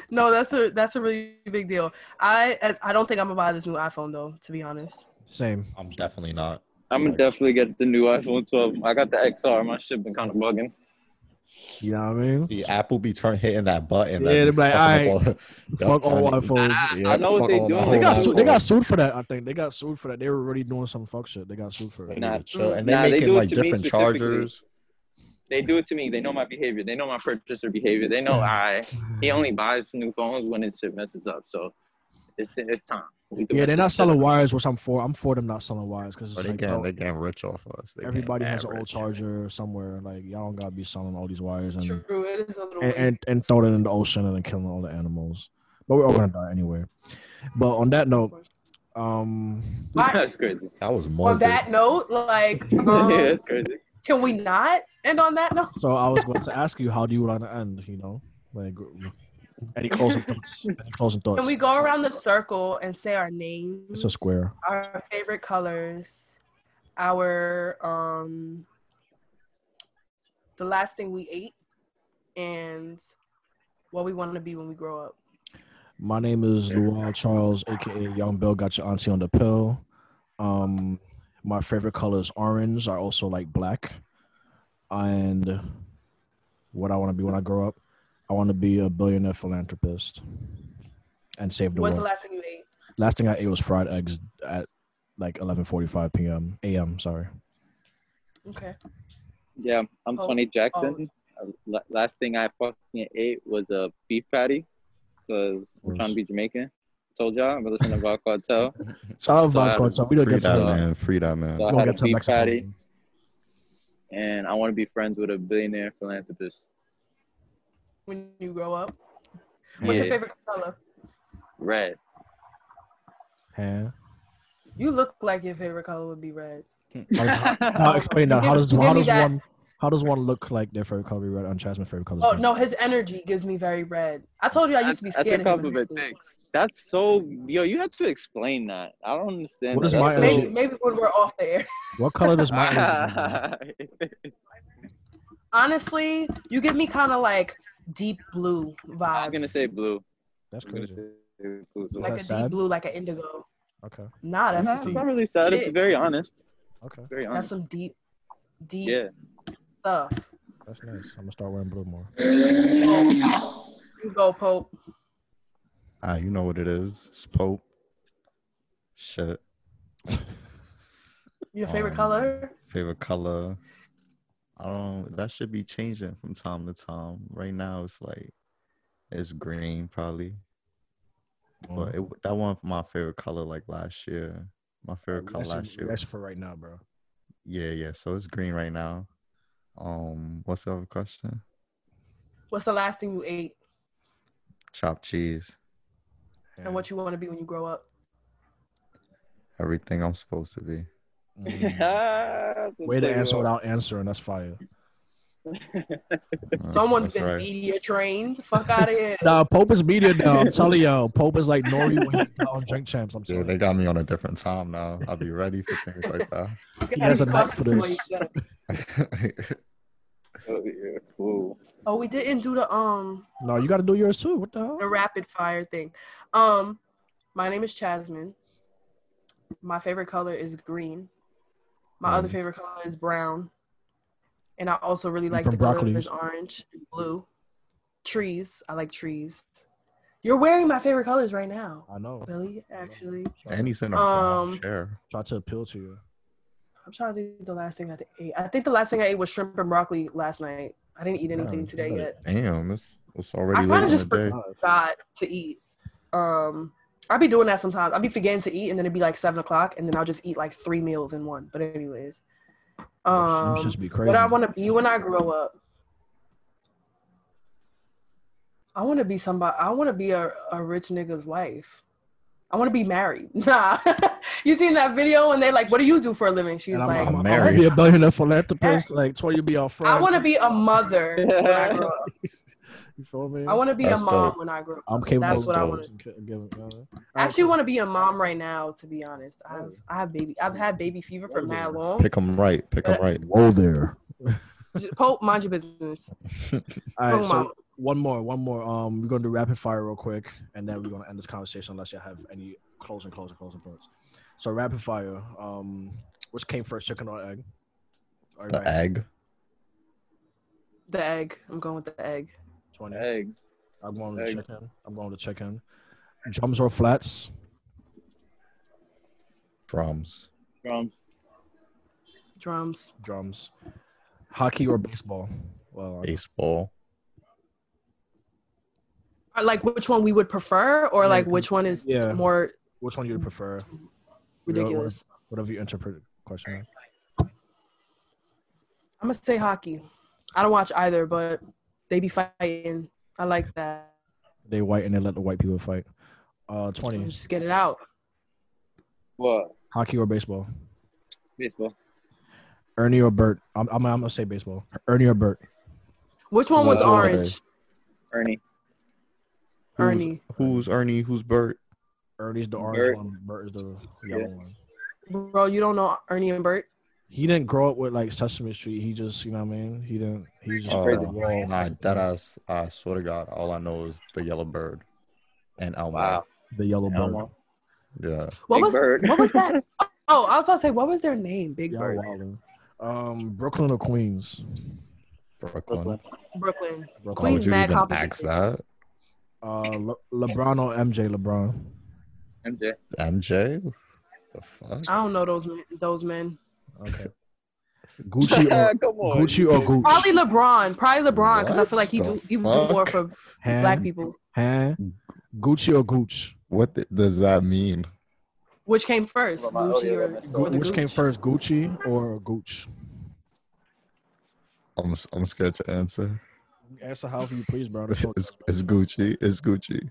Speaker 1: no, that's a that's a really big deal. I I don't think I'm gonna buy this new iPhone though, to be honest.
Speaker 2: Same.
Speaker 4: I'm definitely not.
Speaker 3: I'm gonna definitely get the new iPhone 12. I got the XR. My shit been kind of bugging.
Speaker 2: You know what I mean?
Speaker 4: The Apple be turn hitting that button.
Speaker 2: Yeah, they be like,
Speaker 4: fucking up
Speaker 2: Fuck all
Speaker 4: Y'all turn-
Speaker 2: iPhones.
Speaker 4: Yeah,
Speaker 3: I know what
Speaker 4: fuck
Speaker 3: they
Speaker 4: all
Speaker 3: doing.
Speaker 4: iPhones.
Speaker 2: They got,
Speaker 3: Oh,
Speaker 2: su- they
Speaker 3: wow.
Speaker 2: got sued for that. I think they got sued for that. They were already doing some fuck shit. They got sued for
Speaker 4: They
Speaker 2: it.
Speaker 4: need
Speaker 3: Nah.
Speaker 4: to chill. And
Speaker 3: Nah,
Speaker 4: they
Speaker 3: they
Speaker 4: making
Speaker 3: do it
Speaker 4: like
Speaker 3: to me
Speaker 4: different
Speaker 3: specifically.
Speaker 4: chargers.
Speaker 3: They do it to me. They know my behavior. They know my purchaser behavior. They know I. He only buys new phones when his shit messes up. So it's it's time. We can
Speaker 2: Yeah,
Speaker 3: mess
Speaker 2: they're
Speaker 3: this
Speaker 2: not
Speaker 3: shit
Speaker 2: selling
Speaker 3: up.
Speaker 2: wires, which I'm for. I'm for them not selling wires because
Speaker 4: But
Speaker 2: it's
Speaker 4: they
Speaker 2: like
Speaker 4: getting
Speaker 2: bro,
Speaker 4: they getting rich off us. They getting
Speaker 2: everybody
Speaker 4: mad
Speaker 2: has an old
Speaker 4: rich.
Speaker 2: charger somewhere. Like y'all don't gotta be selling all these wires and
Speaker 1: True, it is a little
Speaker 2: Mm. and, and, and throw it in the ocean and then killing all the animals. But we're all gonna die anyway. But on that note, um,
Speaker 3: That's crazy.
Speaker 4: That was more.
Speaker 1: on that note, like um,
Speaker 3: yeah, that's crazy.
Speaker 1: can we not end on that note?
Speaker 2: so I was going to ask you, how do you want to end? You know, like any closing thoughts? Any closing thoughts?
Speaker 1: Can we go around the circle and say our names?
Speaker 2: It's a square.
Speaker 1: our favorite colors, our um the last thing we ate and what we want to be when we grow up.
Speaker 2: My name is Luol Charles, aka Young Bill. Got your auntie on the pill. Um, my favorite color is orange. I also like black. And what I want to be when I grow up, I want to be a billionaire philanthropist and save the
Speaker 1: What's the
Speaker 2: world.
Speaker 1: last thing you ate?
Speaker 2: Last thing I ate was fried eggs at like 11:45 p.m. a.m. Sorry.
Speaker 1: Okay.
Speaker 3: Yeah, I'm
Speaker 1: Oh,
Speaker 3: Tony Jackson. Uh, la- Last thing I fucking ate was a beef patty because I'm trying to be Jamaican. Told y'all I'm listening to Rock Cartel.
Speaker 2: Shout out
Speaker 3: So I
Speaker 2: Vaz
Speaker 3: had
Speaker 2: Cartel. We don't
Speaker 4: Free that
Speaker 2: get some.
Speaker 3: uh,
Speaker 4: man. Free that man.
Speaker 3: So
Speaker 2: We
Speaker 3: I
Speaker 2: don't
Speaker 3: had a
Speaker 2: get some
Speaker 3: beef
Speaker 2: Mexican.
Speaker 3: patty and I want to be friends with a billionaire philanthropist.
Speaker 1: When you grow up. What's your
Speaker 3: Yeah.
Speaker 1: favorite color?
Speaker 3: Red.
Speaker 2: Yeah.
Speaker 1: You look like your favorite color would be red.
Speaker 2: Now explain that. How does
Speaker 1: You
Speaker 2: how
Speaker 1: give me
Speaker 2: does
Speaker 1: that-
Speaker 2: one how does one look like their favorite color red and Jasmine's favorite color? is
Speaker 1: Oh
Speaker 2: blue?
Speaker 1: no, his energy gives me very red. I told you I used to be
Speaker 3: That's-
Speaker 1: scared
Speaker 3: That's a
Speaker 1: of him. in high
Speaker 3: compliment.
Speaker 1: school.
Speaker 3: Thanks. That's so yo. You have to explain that. I don't understand.
Speaker 2: What
Speaker 3: that.
Speaker 2: is my
Speaker 3: That's
Speaker 1: Maybe
Speaker 2: energy?
Speaker 1: maybe when we're off the air.
Speaker 2: What color does my energy be, man?
Speaker 3: crazy.
Speaker 1: Honestly, you give me kind of like deep blue vibes.
Speaker 3: I'm gonna say blue.
Speaker 2: That's
Speaker 3: I'm gonna
Speaker 2: crazy.
Speaker 3: say blue.
Speaker 2: Is
Speaker 1: like a
Speaker 2: that sad?
Speaker 1: deep blue, like an indigo.
Speaker 2: Okay.
Speaker 1: Nah, that's
Speaker 3: Nah,
Speaker 1: just
Speaker 3: it's not really sad. It's
Speaker 1: Shit.
Speaker 3: very honest.
Speaker 2: Okay.
Speaker 3: Very
Speaker 1: That's
Speaker 3: honest.
Speaker 1: some deep, deep
Speaker 3: Yeah.
Speaker 1: stuff.
Speaker 2: That's nice. I'm gonna start wearing blue more.
Speaker 1: You go, Pope.
Speaker 4: Ah, you know what it is. It's Pope. Shit.
Speaker 1: Your favorite
Speaker 4: Um,
Speaker 1: color?
Speaker 4: Favorite color. I don't. That should be changing from time to time. Right now, it's like it's green probably. But
Speaker 1: Mm-hmm.
Speaker 4: but it, that one my favorite color like last year.
Speaker 1: Oh,
Speaker 4: My favorite color
Speaker 2: that's,
Speaker 4: last year.
Speaker 2: that's for right now, bro.
Speaker 4: Yeah, yeah. So it's green right now. Um, what's the other question?
Speaker 1: What's the last thing you ate
Speaker 4: Chopped cheese.
Speaker 1: and what you want to be when you grow up?
Speaker 4: Everything I'm supposed to be.
Speaker 2: Mm. Way to answer without answering. That's fire.
Speaker 4: Uh,
Speaker 1: Someone's
Speaker 4: that's
Speaker 1: been
Speaker 4: right.
Speaker 1: media trained. Fuck out of here.
Speaker 2: Nah, Pope is media now. I'm telling you, Pope is like Nori when he got on Drink Champs. I'm
Speaker 4: Yeah,
Speaker 2: sorry.
Speaker 4: they got me on a different time now. I'll be ready for things like
Speaker 1: It's
Speaker 2: He
Speaker 1: gotta
Speaker 2: has
Speaker 1: be
Speaker 2: a knack
Speaker 1: cautious
Speaker 2: for this.
Speaker 1: when you get it.
Speaker 4: that.
Speaker 3: Oh, yeah. Cool.
Speaker 1: Oh, we didn't do the um
Speaker 2: No, you got to do yours too. What the hell?
Speaker 1: the rapid fire thing. Um, my name is Jasmine. My favorite color is green. My other
Speaker 4: Nice.
Speaker 1: favorite color is brown. And I also really
Speaker 2: You
Speaker 1: like
Speaker 2: from
Speaker 1: the colors
Speaker 2: Broccoli's?
Speaker 1: orange and blue. Trees. I like trees. You're wearing my favorite colors right now.
Speaker 2: I know.
Speaker 1: Really? Actually.
Speaker 4: and he's in a brown
Speaker 1: Um,
Speaker 4: chair.
Speaker 2: Try to appeal to you.
Speaker 1: I'm trying to think the last thing I ate. I think the last thing I ate was shrimp and broccoli last night. I didn't eat anything
Speaker 4: Damn,
Speaker 1: today
Speaker 4: you
Speaker 1: yet.
Speaker 4: Damn, it's it's
Speaker 1: I
Speaker 4: already
Speaker 1: kinda
Speaker 4: late in the
Speaker 1: just
Speaker 4: day.
Speaker 1: forgot to eat. Um, I be doing that sometimes. I be forgetting to eat, and then it'd be like seven o'clock, and then I'll just eat like three meals in one. But anyways, um,
Speaker 2: Shrimps Oh, just be crazy.
Speaker 1: what I want to be when I grow up, I want to be somebody. I want to be a, a rich nigga's wife. I want to be married. Nah, you seen that video and they like, what do you do for a living? She's
Speaker 2: And I'm,
Speaker 1: like,
Speaker 2: I'm, I'm
Speaker 4: married.
Speaker 2: be a billionaire philanthropist. Like, Twenty you be our friend.
Speaker 1: I want to be a mother when I grow up.
Speaker 2: You feel me?
Speaker 1: I want to be
Speaker 4: That's
Speaker 1: a mom
Speaker 4: dope.
Speaker 1: when I grow up.
Speaker 2: I'm capable.
Speaker 1: That's
Speaker 2: of
Speaker 1: what I
Speaker 2: doing.
Speaker 1: wanna
Speaker 2: Give- give it- uh,
Speaker 1: I actually want to be a mom right now, to be honest. I've I have baby I've had baby fever for mad long.
Speaker 4: Pick them right. Pick them right.
Speaker 2: Whoa there.
Speaker 1: Just- Pope, mind your business. Oh,
Speaker 2: All right, so
Speaker 1: mama.
Speaker 2: one more, one more. Um, we're gonna do rapid fire real quick, and then we're gonna end this conversation unless you have any closing, closing, closing thoughts. So rapid fire. Um, which came first, chicken or egg? All right,
Speaker 4: The egg.
Speaker 1: The egg. I'm going with the egg.
Speaker 2: Twenty.
Speaker 3: Egg.
Speaker 2: I'm going with
Speaker 3: Egg.
Speaker 2: chicken. I'm going with chicken. Drums or flats?
Speaker 4: Drums.
Speaker 3: Drums.
Speaker 1: Drums.
Speaker 2: Drums. Hockey or baseball? Well, I-
Speaker 4: Baseball.
Speaker 1: Or like which one we would prefer, or like which one is
Speaker 2: Yeah.
Speaker 1: more
Speaker 2: which one do you prefer?
Speaker 1: ridiculous?
Speaker 2: Whatever you interpret the question. as.
Speaker 1: I'm gonna say hockey. I don't watch either, but they be fighting. I like that.
Speaker 2: They white and they let the white people fight. Uh, twenty.
Speaker 1: Just get it out.
Speaker 3: What?
Speaker 2: Hockey or baseball?
Speaker 3: Baseball.
Speaker 2: Ernie or Bert? I'm, I'm, I'm gonna say baseball. Ernie or Bert?
Speaker 1: Which one was
Speaker 4: Whoa.
Speaker 1: orange?
Speaker 3: Ernie.
Speaker 4: Who's-
Speaker 1: Ernie.
Speaker 4: Who's Ernie? Who's Bert?
Speaker 2: Ernie's the orange
Speaker 3: Bert.
Speaker 2: one. Bert is the
Speaker 3: Yeah.
Speaker 2: yellow one.
Speaker 1: Bro, you don't know Ernie and Bert?
Speaker 2: He didn't grow up with like Sesame Street. He just, you know what I mean? He didn't. He just.
Speaker 4: Oh,
Speaker 3: crazy.
Speaker 4: whoa, nah, that
Speaker 2: uh,
Speaker 4: ass. I swear to God, all I know is the yellow bird and Elmo.
Speaker 3: Wow.
Speaker 2: The yellow bird.
Speaker 3: Elmo.
Speaker 4: Yeah.
Speaker 1: What
Speaker 3: Big
Speaker 1: was
Speaker 3: Bird.
Speaker 1: what was that? Oh, I was about to say, what was their name? Big
Speaker 2: Y'all
Speaker 1: Bird.
Speaker 2: wildin'. Um, Brooklyn or Queens?
Speaker 4: Brooklyn.
Speaker 1: Brooklyn.
Speaker 4: Why
Speaker 2: Brooklyn.
Speaker 4: would
Speaker 1: Queens
Speaker 4: you
Speaker 1: mad
Speaker 4: even
Speaker 1: complicated.
Speaker 4: ask that?
Speaker 2: Uh, Le- LeBron or MJ? LeBron.
Speaker 3: MJ.
Speaker 4: MJ? The fuck?
Speaker 1: I don't know those men. Those men.
Speaker 2: Okay. Gucci or
Speaker 3: Come on.
Speaker 2: uh, Gucci or Gucci?
Speaker 1: Probably LeBron. Probably LeBron because I
Speaker 4: What
Speaker 1: feel like he do
Speaker 4: the
Speaker 1: he do
Speaker 4: fuck?
Speaker 1: more for
Speaker 2: Hand,
Speaker 1: black people.
Speaker 2: hand. Gucci or Gucci?
Speaker 4: What th- does that mean?
Speaker 1: Which came first,
Speaker 3: Oh, yeah,
Speaker 1: Gucci
Speaker 3: that messed
Speaker 1: or,
Speaker 3: up.
Speaker 1: or the
Speaker 2: Which
Speaker 1: Gucci?
Speaker 2: came first, Gucci or Gucci?
Speaker 4: I'm s- I'm scared to answer.
Speaker 2: Answer however you please, bro.
Speaker 4: It's, it's Gucci. It's Gucci.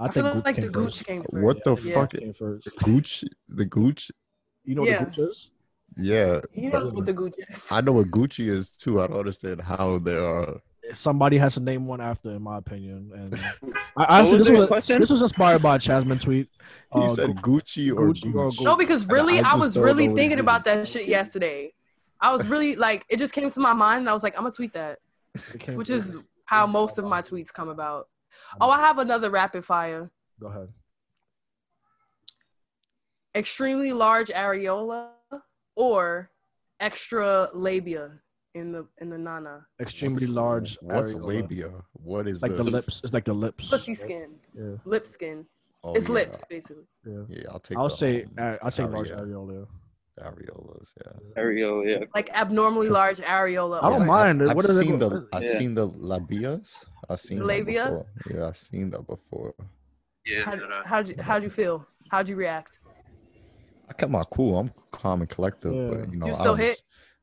Speaker 1: I, feel like the Gucci came first.
Speaker 4: What the
Speaker 1: Yeah.
Speaker 4: fuck?
Speaker 2: Came first.
Speaker 4: Gucci? The Gucci?
Speaker 2: You know
Speaker 1: Yeah.
Speaker 2: the Gucci is?
Speaker 4: Yeah.
Speaker 1: He knows what the Gucci is.
Speaker 4: I know what Gucci is too. I don't understand how they are.
Speaker 2: somebody has to name one after, in my opinion. And I honestly,
Speaker 3: was
Speaker 2: this
Speaker 3: the
Speaker 2: was
Speaker 3: question?
Speaker 2: this was inspired by a Chasman tweet.
Speaker 4: He
Speaker 2: Uh,
Speaker 4: said
Speaker 2: Gu-
Speaker 4: Gucci or
Speaker 2: Gucci or
Speaker 4: Gucci.
Speaker 2: Gucci.
Speaker 1: No, because really,
Speaker 4: I
Speaker 1: I,
Speaker 4: just
Speaker 1: was
Speaker 4: don't
Speaker 1: really
Speaker 4: know what it
Speaker 1: thinking
Speaker 4: is.
Speaker 1: about that shit yesterday. I was really like, it just came to my mind, and I was like, I'm gonna tweet that,
Speaker 2: it came
Speaker 1: which
Speaker 2: from-
Speaker 1: is how most of my tweets come about. Oh, I have another rapid fire.
Speaker 2: Go ahead.
Speaker 1: Extremely large areola or extra labia in the in the nana.
Speaker 2: Extremely large.
Speaker 4: What's
Speaker 2: areola.
Speaker 4: labia? What is
Speaker 2: Like
Speaker 4: this?
Speaker 2: the lips. It's like the lips.
Speaker 1: Pussy skin.
Speaker 2: Yeah.
Speaker 1: Lip skin.
Speaker 4: Oh,
Speaker 1: it's
Speaker 4: yeah.
Speaker 1: lips, basically.
Speaker 2: Yeah.
Speaker 4: Yeah, I'll take.
Speaker 2: I'll
Speaker 4: the,
Speaker 2: say
Speaker 4: um,
Speaker 2: uh, I'll say large
Speaker 4: area-
Speaker 2: areola.
Speaker 4: areolas. Yeah.
Speaker 3: Ariel, yeah.
Speaker 1: Like abnormally large areola.
Speaker 2: I don't
Speaker 1: or-
Speaker 2: mind.
Speaker 4: I've,
Speaker 2: What
Speaker 4: I've
Speaker 2: is it
Speaker 4: seen
Speaker 2: called?
Speaker 4: the I've
Speaker 3: Yeah.
Speaker 4: seen the labias. I've seen that
Speaker 1: Labia?
Speaker 4: before. Yeah, I've seen that before.
Speaker 3: Yeah,
Speaker 1: How,
Speaker 3: no, no.
Speaker 1: how'd, you, how'd you feel? How'd you react?
Speaker 4: I kept my cool. I'm calm and collective,
Speaker 2: Yeah.
Speaker 4: but you know,
Speaker 1: You
Speaker 4: I
Speaker 1: still
Speaker 4: was,
Speaker 1: hit?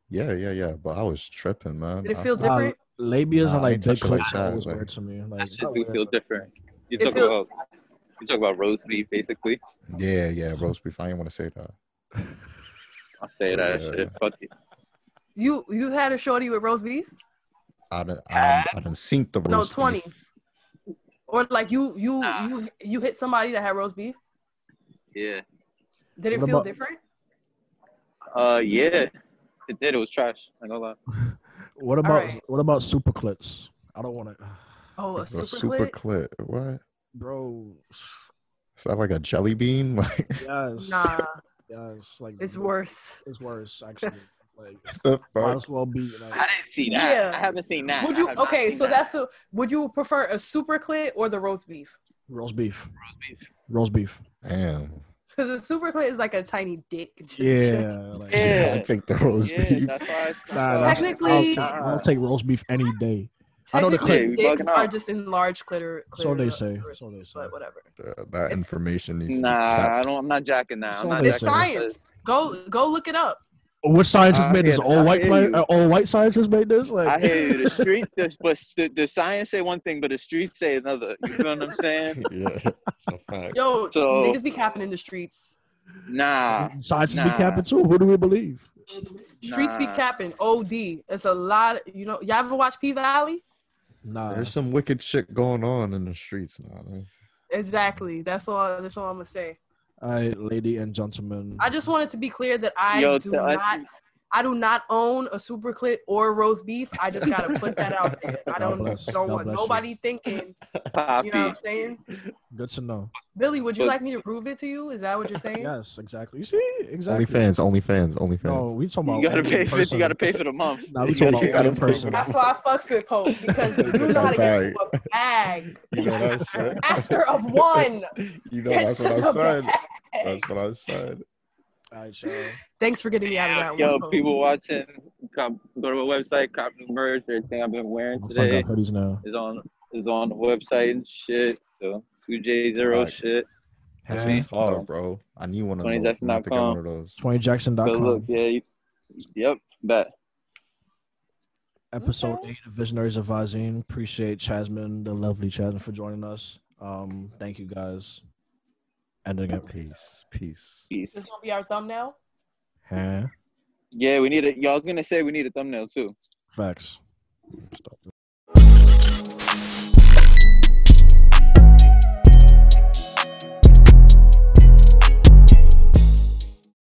Speaker 4: Yeah, yeah, yeah. But I was tripping, man.
Speaker 1: Did it
Speaker 4: I-
Speaker 1: feel
Speaker 2: Nah,
Speaker 1: different?
Speaker 2: Labias
Speaker 4: Nah,
Speaker 2: are
Speaker 4: I
Speaker 2: like
Speaker 4: ain't touching
Speaker 2: dick
Speaker 4: like
Speaker 2: pics.
Speaker 4: that,
Speaker 2: always
Speaker 4: like-
Speaker 2: weird to me. Like,
Speaker 3: That shit do feel different. You
Speaker 1: It
Speaker 3: talk
Speaker 1: feel-
Speaker 3: about you talk about roast beef, basically.
Speaker 4: yeah, yeah, roast beef. I didn't want to say that.
Speaker 3: I'll say that
Speaker 4: Yeah.
Speaker 3: shit. Fuck it.
Speaker 1: You you had a shorty with roast beef?
Speaker 4: I done, I, I done seen the roast.
Speaker 1: No,
Speaker 4: beef.
Speaker 1: twenty. Or like you you
Speaker 3: Nah.
Speaker 1: you you hit somebody that had roast beef?
Speaker 3: Yeah.
Speaker 1: Did it
Speaker 2: What
Speaker 1: feel
Speaker 2: about-
Speaker 1: different?
Speaker 3: Uh, yeah. It did. It was trash. I gonna lie.
Speaker 2: What about
Speaker 1: right.
Speaker 2: what about super clits? I don't want to,
Speaker 1: Oh, a
Speaker 4: It's
Speaker 1: super,
Speaker 4: a super
Speaker 1: clit?
Speaker 4: clit. What?
Speaker 2: bro.
Speaker 4: Is that like a jelly bean? Like
Speaker 2: Yes,
Speaker 1: Nah,
Speaker 2: yes. Like
Speaker 1: it's worse.
Speaker 2: It's worse actually. Like
Speaker 4: the
Speaker 2: might
Speaker 4: fuck?
Speaker 2: as well be.
Speaker 3: I
Speaker 2: Like,
Speaker 3: didn't see that.
Speaker 1: that. Yeah.
Speaker 3: I haven't seen that.
Speaker 1: Would you okay? So that's a. Would you prefer a super clit or the roast beef?
Speaker 2: roast beef.
Speaker 3: beef.
Speaker 2: Roast beef.
Speaker 4: Damn.
Speaker 1: Because a super clit is like a tiny dick. Just-
Speaker 2: Yeah. Like,
Speaker 3: Yeah.
Speaker 4: I take the roast
Speaker 3: Yeah,
Speaker 4: beef.
Speaker 3: that's why. It's
Speaker 2: Nah, that's-
Speaker 1: Technically-
Speaker 2: I'll take, I'll take roast beef any day. I know
Speaker 1: Technically,
Speaker 2: the
Speaker 3: clit- Yeah, we
Speaker 1: dicks
Speaker 3: bugging
Speaker 1: are
Speaker 3: out.
Speaker 1: just enlarged clitter.
Speaker 2: So
Speaker 1: clitoris-
Speaker 2: they say, so they say.
Speaker 1: But whatever.
Speaker 4: Uh, that information needs to be
Speaker 3: nah, I
Speaker 4: kept.
Speaker 3: don't. I'm not jacking that.
Speaker 2: So
Speaker 3: I'm not
Speaker 2: they
Speaker 1: It's
Speaker 2: say.
Speaker 3: jacking that.
Speaker 1: science. Go go look it up.
Speaker 2: Oh, What scientists
Speaker 3: I
Speaker 2: made this?
Speaker 3: hear-
Speaker 2: All
Speaker 3: Uh, I
Speaker 2: white,
Speaker 3: hear
Speaker 2: pla-
Speaker 3: you.
Speaker 2: uh, all white scientists made this.
Speaker 3: I
Speaker 2: Like,
Speaker 3: hear you. The street, the, but the, the science say one thing, but the streets say another. You feel what I'm saying?
Speaker 4: yeah, it's a fact.
Speaker 1: Yo,
Speaker 3: So-
Speaker 1: niggas be capping in the streps.
Speaker 3: Nah.
Speaker 2: scientists be
Speaker 3: nah.
Speaker 2: capping too. Who do we believe?
Speaker 1: Streets be
Speaker 3: Nah.
Speaker 1: capping. Od. It's a lot. You know. Y'all ever watch P Valley?
Speaker 2: Nah.
Speaker 4: There's some wicked shit going on in the streets now. man.
Speaker 1: Exactly. That's all. That's all I'm gonna say.
Speaker 2: All right, lady and gentlemen.
Speaker 1: I just wanted to be clear that I
Speaker 3: Yo,
Speaker 1: do
Speaker 3: to- uh, I-
Speaker 1: not. I do not own a super clit or roast beef. I just gotta put that out there. I
Speaker 2: God
Speaker 1: don't
Speaker 2: bless-
Speaker 1: don't
Speaker 2: God
Speaker 1: want
Speaker 2: bless you.
Speaker 1: nobody thinking.
Speaker 3: Poppy.
Speaker 1: You know what I'm saying?
Speaker 2: Good to know.
Speaker 1: Billy, would you
Speaker 3: Look.
Speaker 1: like me to prove it to you? Is that what you're saying?
Speaker 2: Yes, exactly. You see,
Speaker 4: Only
Speaker 2: exactly.
Speaker 4: fans, only fans, only
Speaker 2: No,
Speaker 4: fans.
Speaker 2: we talking about.
Speaker 3: you gotta
Speaker 2: only
Speaker 3: pay for.
Speaker 2: person.
Speaker 3: You gotta pay for the month.
Speaker 2: Nah, we
Speaker 4: You
Speaker 2: talking about
Speaker 4: gotta- you gotta
Speaker 2: one
Speaker 4: pay for
Speaker 2: person.
Speaker 4: that.
Speaker 1: That's why I fucks with Coke because you know how to get to a bag.
Speaker 4: You know that shit.
Speaker 1: Master of one.
Speaker 4: You know
Speaker 1: Get
Speaker 4: that's
Speaker 1: to
Speaker 4: what I
Speaker 1: the
Speaker 4: said.
Speaker 1: bag.
Speaker 4: That's what I said.
Speaker 2: All right, y'all.
Speaker 1: Thanks for getting me out of that
Speaker 3: Yo,
Speaker 1: one. Coke.
Speaker 3: people watching, come, go to a website, cop new merch. Everything I've been wearing
Speaker 2: My son
Speaker 3: today
Speaker 2: got hoodies now.
Speaker 3: is on is on the website and shit. So two J zero
Speaker 4: Alright.
Speaker 3: shit.
Speaker 4: That's
Speaker 2: Yeah.
Speaker 4: what's hard, bro. I need one of
Speaker 3: Twenty
Speaker 4: those. I'm gonna have to get
Speaker 3: Jackson.com.
Speaker 4: one of those.
Speaker 3: So look,
Speaker 2: 20jackson.com.
Speaker 3: yeah, you, yep, bet.
Speaker 2: Episode
Speaker 1: Okay.
Speaker 2: eight of Visionaries of Vazine. Appreciate Jasmine, the lovely Jasmine, for joining us. Um, thank you guys. Ending it.
Speaker 4: Peace, peace.
Speaker 3: Peace.
Speaker 1: This gonna be our thumbnail.
Speaker 2: Huh?
Speaker 3: Yeah, we need a. Y'all was gonna say we need a thumbnail too.
Speaker 2: Facts.